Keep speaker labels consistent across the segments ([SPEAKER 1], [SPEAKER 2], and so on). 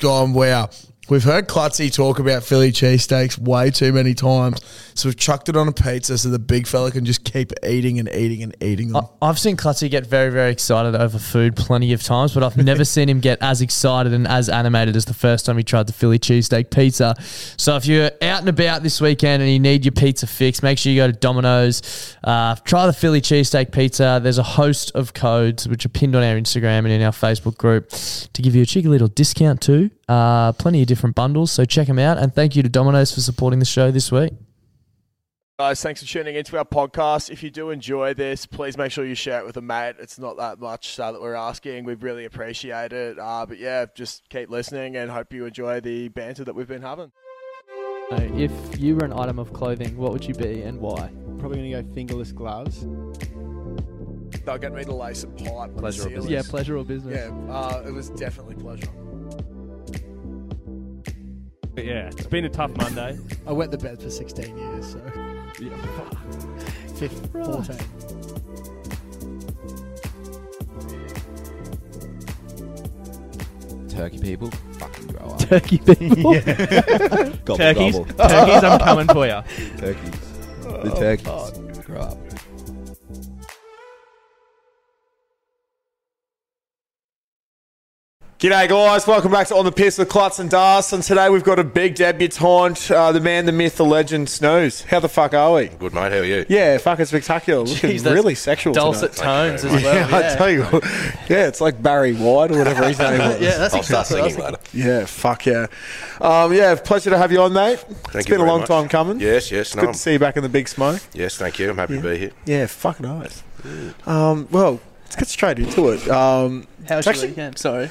[SPEAKER 1] gone, wow. We've heard Klutzy talk about Philly cheesesteaks way too many times. So we've chucked it on a pizza so the big fella can just keep eating and eating and eating them.
[SPEAKER 2] I- I've seen Klutzy get very, very excited over food plenty of times, but I've never seen him get as excited and as animated as the first time he tried the Philly cheesesteak pizza. So if you're out and about this weekend and you need your pizza fix, make sure you go to Domino's. Uh, try the Philly cheesesteak pizza. There's a host of codes which are pinned on our Instagram and in our Facebook group to give you a cheeky little discount too. Uh, plenty of different bundles, so check them out. And thank you to Domino's for supporting the show this week.
[SPEAKER 3] Guys, thanks for tuning into our podcast. If you do enjoy this, please make sure you share it with a mate. It's not that much uh, that we're asking. We really appreciate it. Uh, but yeah, just keep listening and hope you enjoy the banter that we've been having.
[SPEAKER 2] If you were an item of clothing, what would you be and why?
[SPEAKER 4] Probably gonna go fingerless gloves.
[SPEAKER 3] They'll get me to lace a pipe. with
[SPEAKER 5] Pleasure or
[SPEAKER 3] ceilings.
[SPEAKER 5] business.
[SPEAKER 2] pleasure or business.
[SPEAKER 3] Yeah, uh, it was definitely pleasure.
[SPEAKER 5] But yeah, it's been a tough Monday.
[SPEAKER 4] I wet the bed for 16 years, so
[SPEAKER 5] yeah,
[SPEAKER 4] fif- 14.
[SPEAKER 6] Turkey people, fucking grow up.
[SPEAKER 2] Turkey people.
[SPEAKER 6] gobble,
[SPEAKER 5] turkeys,
[SPEAKER 6] gobble.
[SPEAKER 5] turkeys, I'm coming for you.
[SPEAKER 6] Turkeys. The turkeys. grow up.
[SPEAKER 3] G'day, guys. Welcome back to On the Piss with Klutz and Das. And today we've got a big debutant, uh, the man, the myth, the legend, Snooze. How the fuck are we?
[SPEAKER 7] Good mate, how are you?
[SPEAKER 3] Yeah, fucking spectacular. Looking
[SPEAKER 5] Jeez, that's
[SPEAKER 3] really sexual.
[SPEAKER 5] Dulcet
[SPEAKER 3] tonight.
[SPEAKER 5] tones as well.
[SPEAKER 3] Yeah, I tell you, what- yeah, it's like Barry White or whatever his name was.
[SPEAKER 5] that's
[SPEAKER 7] I'll start singing later.
[SPEAKER 3] Yeah, fuck yeah. Um, yeah, pleasure to have you on, mate. It's
[SPEAKER 7] Thank you
[SPEAKER 3] been a
[SPEAKER 7] very
[SPEAKER 3] long
[SPEAKER 7] much.
[SPEAKER 3] time coming.
[SPEAKER 7] Yes, yes, no.
[SPEAKER 3] Good to see you back in the big smoke.
[SPEAKER 7] yes, thank you. I'm happy to be here.
[SPEAKER 3] Yeah, fucking nice. Um, well, let's get straight into it. Um,
[SPEAKER 5] How was
[SPEAKER 3] your Actually- Oh.
[SPEAKER 5] weekend? Sorry.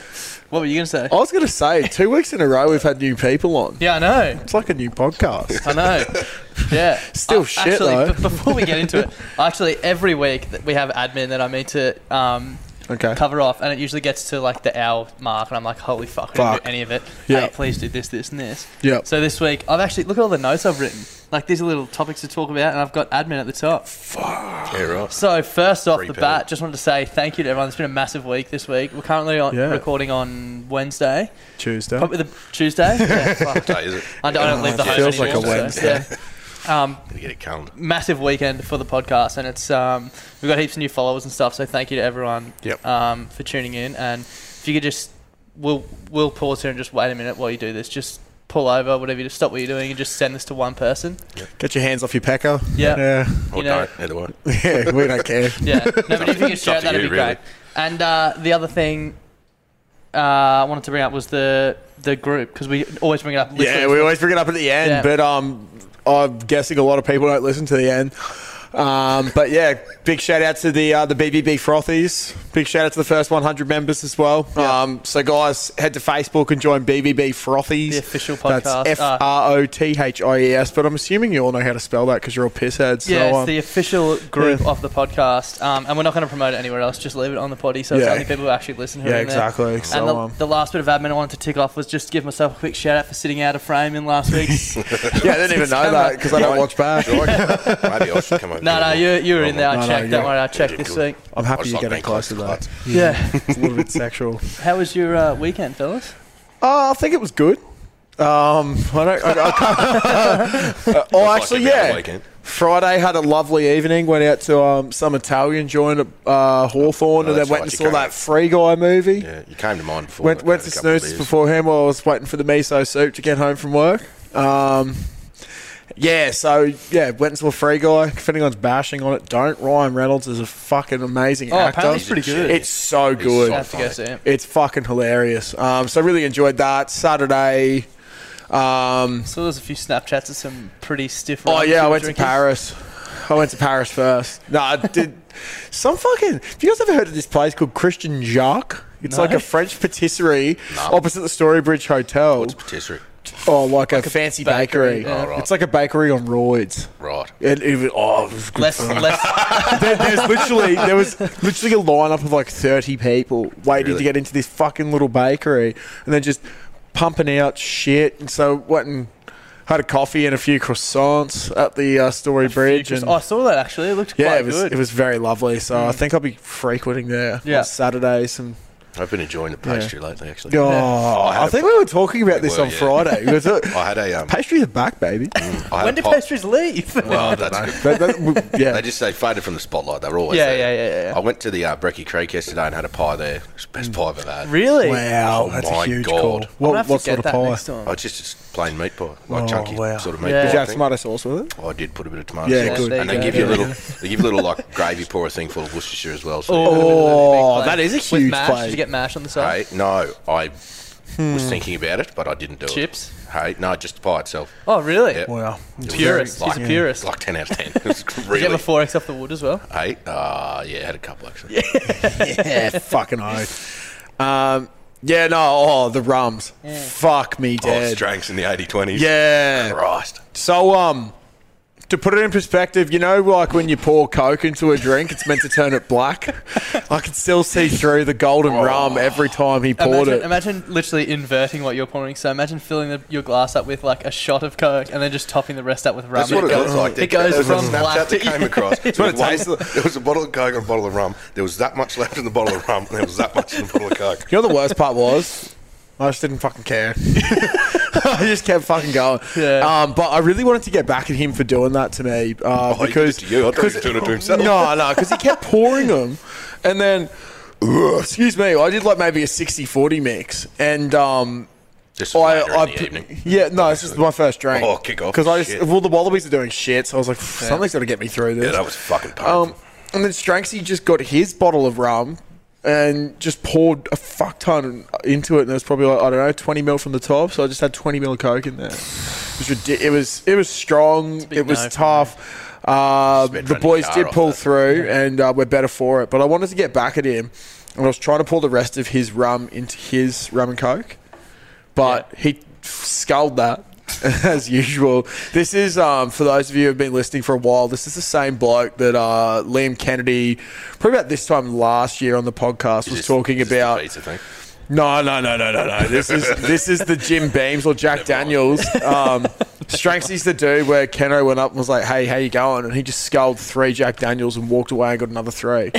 [SPEAKER 5] What were you going to say?
[SPEAKER 3] I was going to say, two weeks in a row we've had new people on.
[SPEAKER 5] Yeah, I know.
[SPEAKER 3] It's like a new podcast.
[SPEAKER 5] I know. Yeah. Uh,
[SPEAKER 3] Still shit,
[SPEAKER 5] actually,
[SPEAKER 3] though.
[SPEAKER 5] b- before we get into it, actually, every week that we have admin that I need to um,
[SPEAKER 3] Okay.
[SPEAKER 5] cover off, and it usually gets to like the hour mark, and I'm like, holy fuck, I didn't
[SPEAKER 3] Fuck.
[SPEAKER 5] do any of it.
[SPEAKER 3] Yeah.
[SPEAKER 5] Hey, please do this, this, and this.
[SPEAKER 3] Yeah.
[SPEAKER 5] So this week, I've actually, look at all the notes I've written. Like, these are little topics to talk about, and I've got admin at the top.
[SPEAKER 7] Yeah, right.
[SPEAKER 5] So first off
[SPEAKER 7] Free
[SPEAKER 5] the
[SPEAKER 7] pill.
[SPEAKER 5] bat, just wanted to say thank you to everyone. It's been a massive week this week. We're currently on
[SPEAKER 3] Yeah.
[SPEAKER 5] recording on Wednesday,
[SPEAKER 3] Tuesday.
[SPEAKER 5] probably the Tuesday. Yeah, fuck.
[SPEAKER 7] Day, is it?
[SPEAKER 5] I don't, I don't leave the
[SPEAKER 3] it
[SPEAKER 5] house
[SPEAKER 3] feels like
[SPEAKER 5] anymore,
[SPEAKER 3] a
[SPEAKER 5] so,
[SPEAKER 3] Wednesday.
[SPEAKER 5] yeah.
[SPEAKER 2] Um,
[SPEAKER 7] Gonna get it calmed.
[SPEAKER 2] massive weekend for the podcast, and it's um, we've got heaps of new followers and stuff. So thank you to everyone
[SPEAKER 7] Yep.
[SPEAKER 2] um, for tuning in. And if you could just, we'll we'll pause here and just wait a minute while you do this. Just pull over, whatever you just stop what you're doing, and just send this to one person.
[SPEAKER 1] Get your hands off your packer.
[SPEAKER 2] Yeah.
[SPEAKER 7] Or
[SPEAKER 2] You know-
[SPEAKER 7] don't, either way.
[SPEAKER 1] Yeah, we don't care.
[SPEAKER 2] Yeah. No, but if you could share,
[SPEAKER 7] up
[SPEAKER 2] it,
[SPEAKER 7] to
[SPEAKER 2] that'd
[SPEAKER 7] you,
[SPEAKER 2] be
[SPEAKER 7] really.
[SPEAKER 2] great. And uh, the other thing uh, I wanted to bring up was the the group because we always bring it up.
[SPEAKER 1] Yeah, we always bring it up at the end,
[SPEAKER 2] Yeah.
[SPEAKER 1] but um, I'm guessing a lot of people don't listen to the end. Um, but yeah, big shout out to the uh, the BBB frothies. Big shout out to the first 100 members as well. Um, so guys, head to Facebook and join BBB frothies.
[SPEAKER 2] The official podcast,
[SPEAKER 1] That's F
[SPEAKER 2] uh,
[SPEAKER 1] R O T H I E S. But I'm assuming you all know how to spell that because you're all pissheads.
[SPEAKER 2] Yeah,
[SPEAKER 1] so,
[SPEAKER 2] it's
[SPEAKER 1] um,
[SPEAKER 2] the official group
[SPEAKER 1] yeah.
[SPEAKER 2] of the podcast, um, and we're not going to promote it anywhere else. Just leave it on the potty, so it's
[SPEAKER 1] Yeah.
[SPEAKER 2] only people who actually listen who
[SPEAKER 1] yeah,
[SPEAKER 2] are in there.
[SPEAKER 1] exactly. So,
[SPEAKER 2] and the,
[SPEAKER 1] um,
[SPEAKER 2] the last bit of admin I wanted to tick off was just give myself a quick shout out for sitting out of frame in last week's.
[SPEAKER 1] yeah, I didn't even know that because I don't watch back.
[SPEAKER 7] Do I? Maybe I should come over.
[SPEAKER 2] no, no, you, you were in there. I
[SPEAKER 1] No, no,
[SPEAKER 2] checked.
[SPEAKER 1] you're-
[SPEAKER 2] Don't worry, I checked this week.
[SPEAKER 7] good.
[SPEAKER 1] I'm
[SPEAKER 7] I
[SPEAKER 1] happy
[SPEAKER 7] just
[SPEAKER 1] you're
[SPEAKER 7] like
[SPEAKER 1] getting
[SPEAKER 7] being close
[SPEAKER 1] close to
[SPEAKER 7] to
[SPEAKER 1] that.
[SPEAKER 7] cuts.
[SPEAKER 2] Yeah.
[SPEAKER 1] It's a little bit sexual.
[SPEAKER 2] How was your uh, weekend, fellas?
[SPEAKER 1] Uh, I think it was good. Um, I don't. I, I can't. Uh, oh, actually, yeah. Friday had a lovely evening. Went out to um, some Italian joint at uh, Hawthorne,
[SPEAKER 7] Oh,
[SPEAKER 1] and
[SPEAKER 7] that's
[SPEAKER 1] then went
[SPEAKER 7] right,
[SPEAKER 1] and
[SPEAKER 7] you
[SPEAKER 1] saw
[SPEAKER 7] can't-
[SPEAKER 1] that Free Guy movie.
[SPEAKER 7] Yeah, you came to mind before.
[SPEAKER 1] Went
[SPEAKER 7] but
[SPEAKER 1] went
[SPEAKER 7] had
[SPEAKER 1] to
[SPEAKER 7] a couple of
[SPEAKER 1] snooze
[SPEAKER 7] beers.
[SPEAKER 1] beforehand while I was waiting for the miso soup to get home from work. Um, yeah, so yeah, went and saw Free Guy. If anyone's bashing on it, don't. Ryan Reynolds is a fucking amazing
[SPEAKER 2] Oh,
[SPEAKER 1] actor.
[SPEAKER 2] apparently he's pretty good.
[SPEAKER 1] It's so
[SPEAKER 7] He's
[SPEAKER 1] good.
[SPEAKER 2] I have to go see it.
[SPEAKER 1] It's fucking hilarious. Um, so I really enjoyed that Saturday. Um,
[SPEAKER 2] So there's a few Snapchats of some pretty stiff.
[SPEAKER 1] oh
[SPEAKER 2] rounds
[SPEAKER 1] yeah,
[SPEAKER 2] you
[SPEAKER 1] I
[SPEAKER 2] were
[SPEAKER 1] went
[SPEAKER 2] drinking.
[SPEAKER 1] to Paris. I went to Paris first. No, I did some fucking. Have you guys ever heard of this place called Christian Jacques? It's
[SPEAKER 2] No.
[SPEAKER 1] like a French patisserie opposite the Storybridge Hotel.
[SPEAKER 7] What's patisserie?
[SPEAKER 1] oh, like, a, fancy
[SPEAKER 2] bakery,
[SPEAKER 1] bakery.
[SPEAKER 2] yeah.
[SPEAKER 7] Oh, right.
[SPEAKER 1] It's like a bakery on roids.
[SPEAKER 7] Right.
[SPEAKER 1] It, it, was- oh, it was good
[SPEAKER 2] Less, less.
[SPEAKER 1] there, there's literally there was literally a lineup of like 30 people waiting
[SPEAKER 7] Really?
[SPEAKER 1] to get into this fucking little bakery, and then just pumping out shit. And so went and had a coffee and a few croissants at the uh, Story Bridge, and
[SPEAKER 2] oh, I saw that actually. It looked
[SPEAKER 1] yeah,
[SPEAKER 2] quite
[SPEAKER 1] it was
[SPEAKER 2] good. Mm.
[SPEAKER 1] it was very lovely. So I think I'll be frequenting there
[SPEAKER 2] Yeah.
[SPEAKER 1] on Saturdays and
[SPEAKER 7] I've been enjoying the pastry lately, actually.
[SPEAKER 1] oh,
[SPEAKER 7] had
[SPEAKER 1] I
[SPEAKER 7] a-
[SPEAKER 1] think we were talking about
[SPEAKER 7] We
[SPEAKER 1] this
[SPEAKER 7] were,
[SPEAKER 1] on
[SPEAKER 7] yeah.
[SPEAKER 1] Friday. We were talking-
[SPEAKER 7] I had a um.
[SPEAKER 1] Pastries are back, baby.
[SPEAKER 7] I had
[SPEAKER 2] when
[SPEAKER 7] a
[SPEAKER 2] did
[SPEAKER 7] pop-
[SPEAKER 2] pastries leave?
[SPEAKER 7] Well, that's good.
[SPEAKER 1] That- that- we- yeah,
[SPEAKER 7] They just they faded from the spotlight. They were always
[SPEAKER 2] Yeah,
[SPEAKER 7] there.
[SPEAKER 2] yeah, yeah, yeah, Mm. yeah.
[SPEAKER 7] I went to the uh, Brecky Creek yesterday and had a pie there. It's the best pie I've ever had.
[SPEAKER 2] really?
[SPEAKER 1] wow,
[SPEAKER 7] Oh
[SPEAKER 1] that's a
[SPEAKER 7] my
[SPEAKER 1] huge
[SPEAKER 7] God.
[SPEAKER 1] call.
[SPEAKER 7] I'm
[SPEAKER 2] I'm gonna
[SPEAKER 1] What,
[SPEAKER 2] have to
[SPEAKER 1] what
[SPEAKER 2] get
[SPEAKER 1] sort of
[SPEAKER 2] that
[SPEAKER 1] pie?
[SPEAKER 2] next time.
[SPEAKER 7] Oh, it's just it's plain meat pie, like
[SPEAKER 1] Oh,
[SPEAKER 7] chunky
[SPEAKER 1] wow.
[SPEAKER 7] sort of meat
[SPEAKER 2] Yeah.
[SPEAKER 7] pie.
[SPEAKER 1] Did you have
[SPEAKER 7] thing.
[SPEAKER 1] tomato sauce with it?
[SPEAKER 7] Oh, I did put a bit of tomato
[SPEAKER 1] Yeah,
[SPEAKER 7] sauce,
[SPEAKER 1] good.
[SPEAKER 7] and they
[SPEAKER 2] There you
[SPEAKER 7] give
[SPEAKER 2] go.
[SPEAKER 7] you a little, they give you a little like gravy pour a thing full of Worcestershire as well. So
[SPEAKER 1] Oh,
[SPEAKER 2] Big plate.
[SPEAKER 1] that is a
[SPEAKER 2] With
[SPEAKER 1] huge
[SPEAKER 2] mash.
[SPEAKER 1] plate.
[SPEAKER 2] Did you get mash on the side?
[SPEAKER 7] Hey, no, I was thinking about it, but I didn't do
[SPEAKER 2] Hmm. Chips?
[SPEAKER 7] it. Hey, no, just the pie itself.
[SPEAKER 2] Oh, really?
[SPEAKER 7] Yeah.
[SPEAKER 1] Wow.
[SPEAKER 2] Purist.
[SPEAKER 7] Like,
[SPEAKER 2] He's a purist.
[SPEAKER 7] Like ten out of ten. It's
[SPEAKER 2] Did you
[SPEAKER 7] really.
[SPEAKER 2] have a four X off the wood as well?
[SPEAKER 7] Hey, uh, yeah, I had a couple actually.
[SPEAKER 1] yeah, fucking oath. Um, yeah, no, oh, the rums. Fuck me
[SPEAKER 7] Oh, it's
[SPEAKER 1] dead.
[SPEAKER 7] drinks in the 80-20s.
[SPEAKER 1] yeah.
[SPEAKER 7] Christ.
[SPEAKER 1] So, um, to put it in perspective, you know, like when you pour Coke into a drink, it's meant to turn it black. I could still see through the golden rum every time he poured
[SPEAKER 2] Imagine,
[SPEAKER 1] it.
[SPEAKER 2] imagine literally inverting what you're pouring. So imagine filling the, your glass up with like a shot of Coke and then just topping the rest up with rum.
[SPEAKER 7] That's what it
[SPEAKER 2] goes-
[SPEAKER 7] looks like.
[SPEAKER 2] It goes
[SPEAKER 7] There was a
[SPEAKER 2] from
[SPEAKER 7] Snapchat
[SPEAKER 2] black to
[SPEAKER 7] that came across. There
[SPEAKER 1] what it
[SPEAKER 7] was one-
[SPEAKER 1] tastes like.
[SPEAKER 7] There was a bottle of Coke and a bottle of rum. There was that much left in the bottle of rum, and there was that much in the bottle of Coke.
[SPEAKER 1] You know, the worst part was I just didn't fucking care. I just kept fucking going.
[SPEAKER 2] Yeah.
[SPEAKER 1] Um, but I really wanted to get back at him for doing that to me uh,
[SPEAKER 7] Oh, he did it
[SPEAKER 1] because
[SPEAKER 7] to you. I thought he was
[SPEAKER 1] because-
[SPEAKER 7] doing it to himself.
[SPEAKER 1] No, no, because he kept pouring them, and then ugh, excuse me, I did like maybe a 60-40 mix, and um.
[SPEAKER 7] Just
[SPEAKER 1] I,
[SPEAKER 7] later in
[SPEAKER 1] I
[SPEAKER 7] the
[SPEAKER 1] put-
[SPEAKER 7] evening.
[SPEAKER 1] yeah, no, it's just my first drink.
[SPEAKER 7] Oh, kick off.
[SPEAKER 1] Because I just,
[SPEAKER 7] Shit.
[SPEAKER 1] well, the Wallabies are doing shit, so I was like, something's got to get me through this.
[SPEAKER 7] Yeah, that was fucking painful.
[SPEAKER 1] Um, and then Stranksy just got his bottle of rum and just poured a fuck ton into it, and there was probably like I don't know twenty mil from the top, so I just had twenty mil of coke in there. It was ridic- it was it was strong. It was
[SPEAKER 2] no for
[SPEAKER 1] tough. Uh,
[SPEAKER 7] been
[SPEAKER 1] the
[SPEAKER 7] running
[SPEAKER 1] boys
[SPEAKER 7] car
[SPEAKER 1] did
[SPEAKER 7] off
[SPEAKER 1] pull
[SPEAKER 7] that.
[SPEAKER 1] through, and uh, we're better for it. But I wanted to get back at him, and I was trying to pour the rest of his rum into his rum and coke, but he sculled that. As usual, this is um, for those of you who have been listening for a while. This is the same bloke that uh, Liam Kennedy, probably about this time last year on the podcast, was
[SPEAKER 7] Just-
[SPEAKER 1] talking
[SPEAKER 7] just the
[SPEAKER 1] about.
[SPEAKER 7] pizza thing.
[SPEAKER 1] No, no, no, no, no, no. This is this is the Jim Beams or Jack
[SPEAKER 7] Never mind.
[SPEAKER 1] Daniels um, Stranksy's the dude where Keno went up and was like, "Hey, how you going?" and he just sculled three Jack Daniels and walked away and got another three.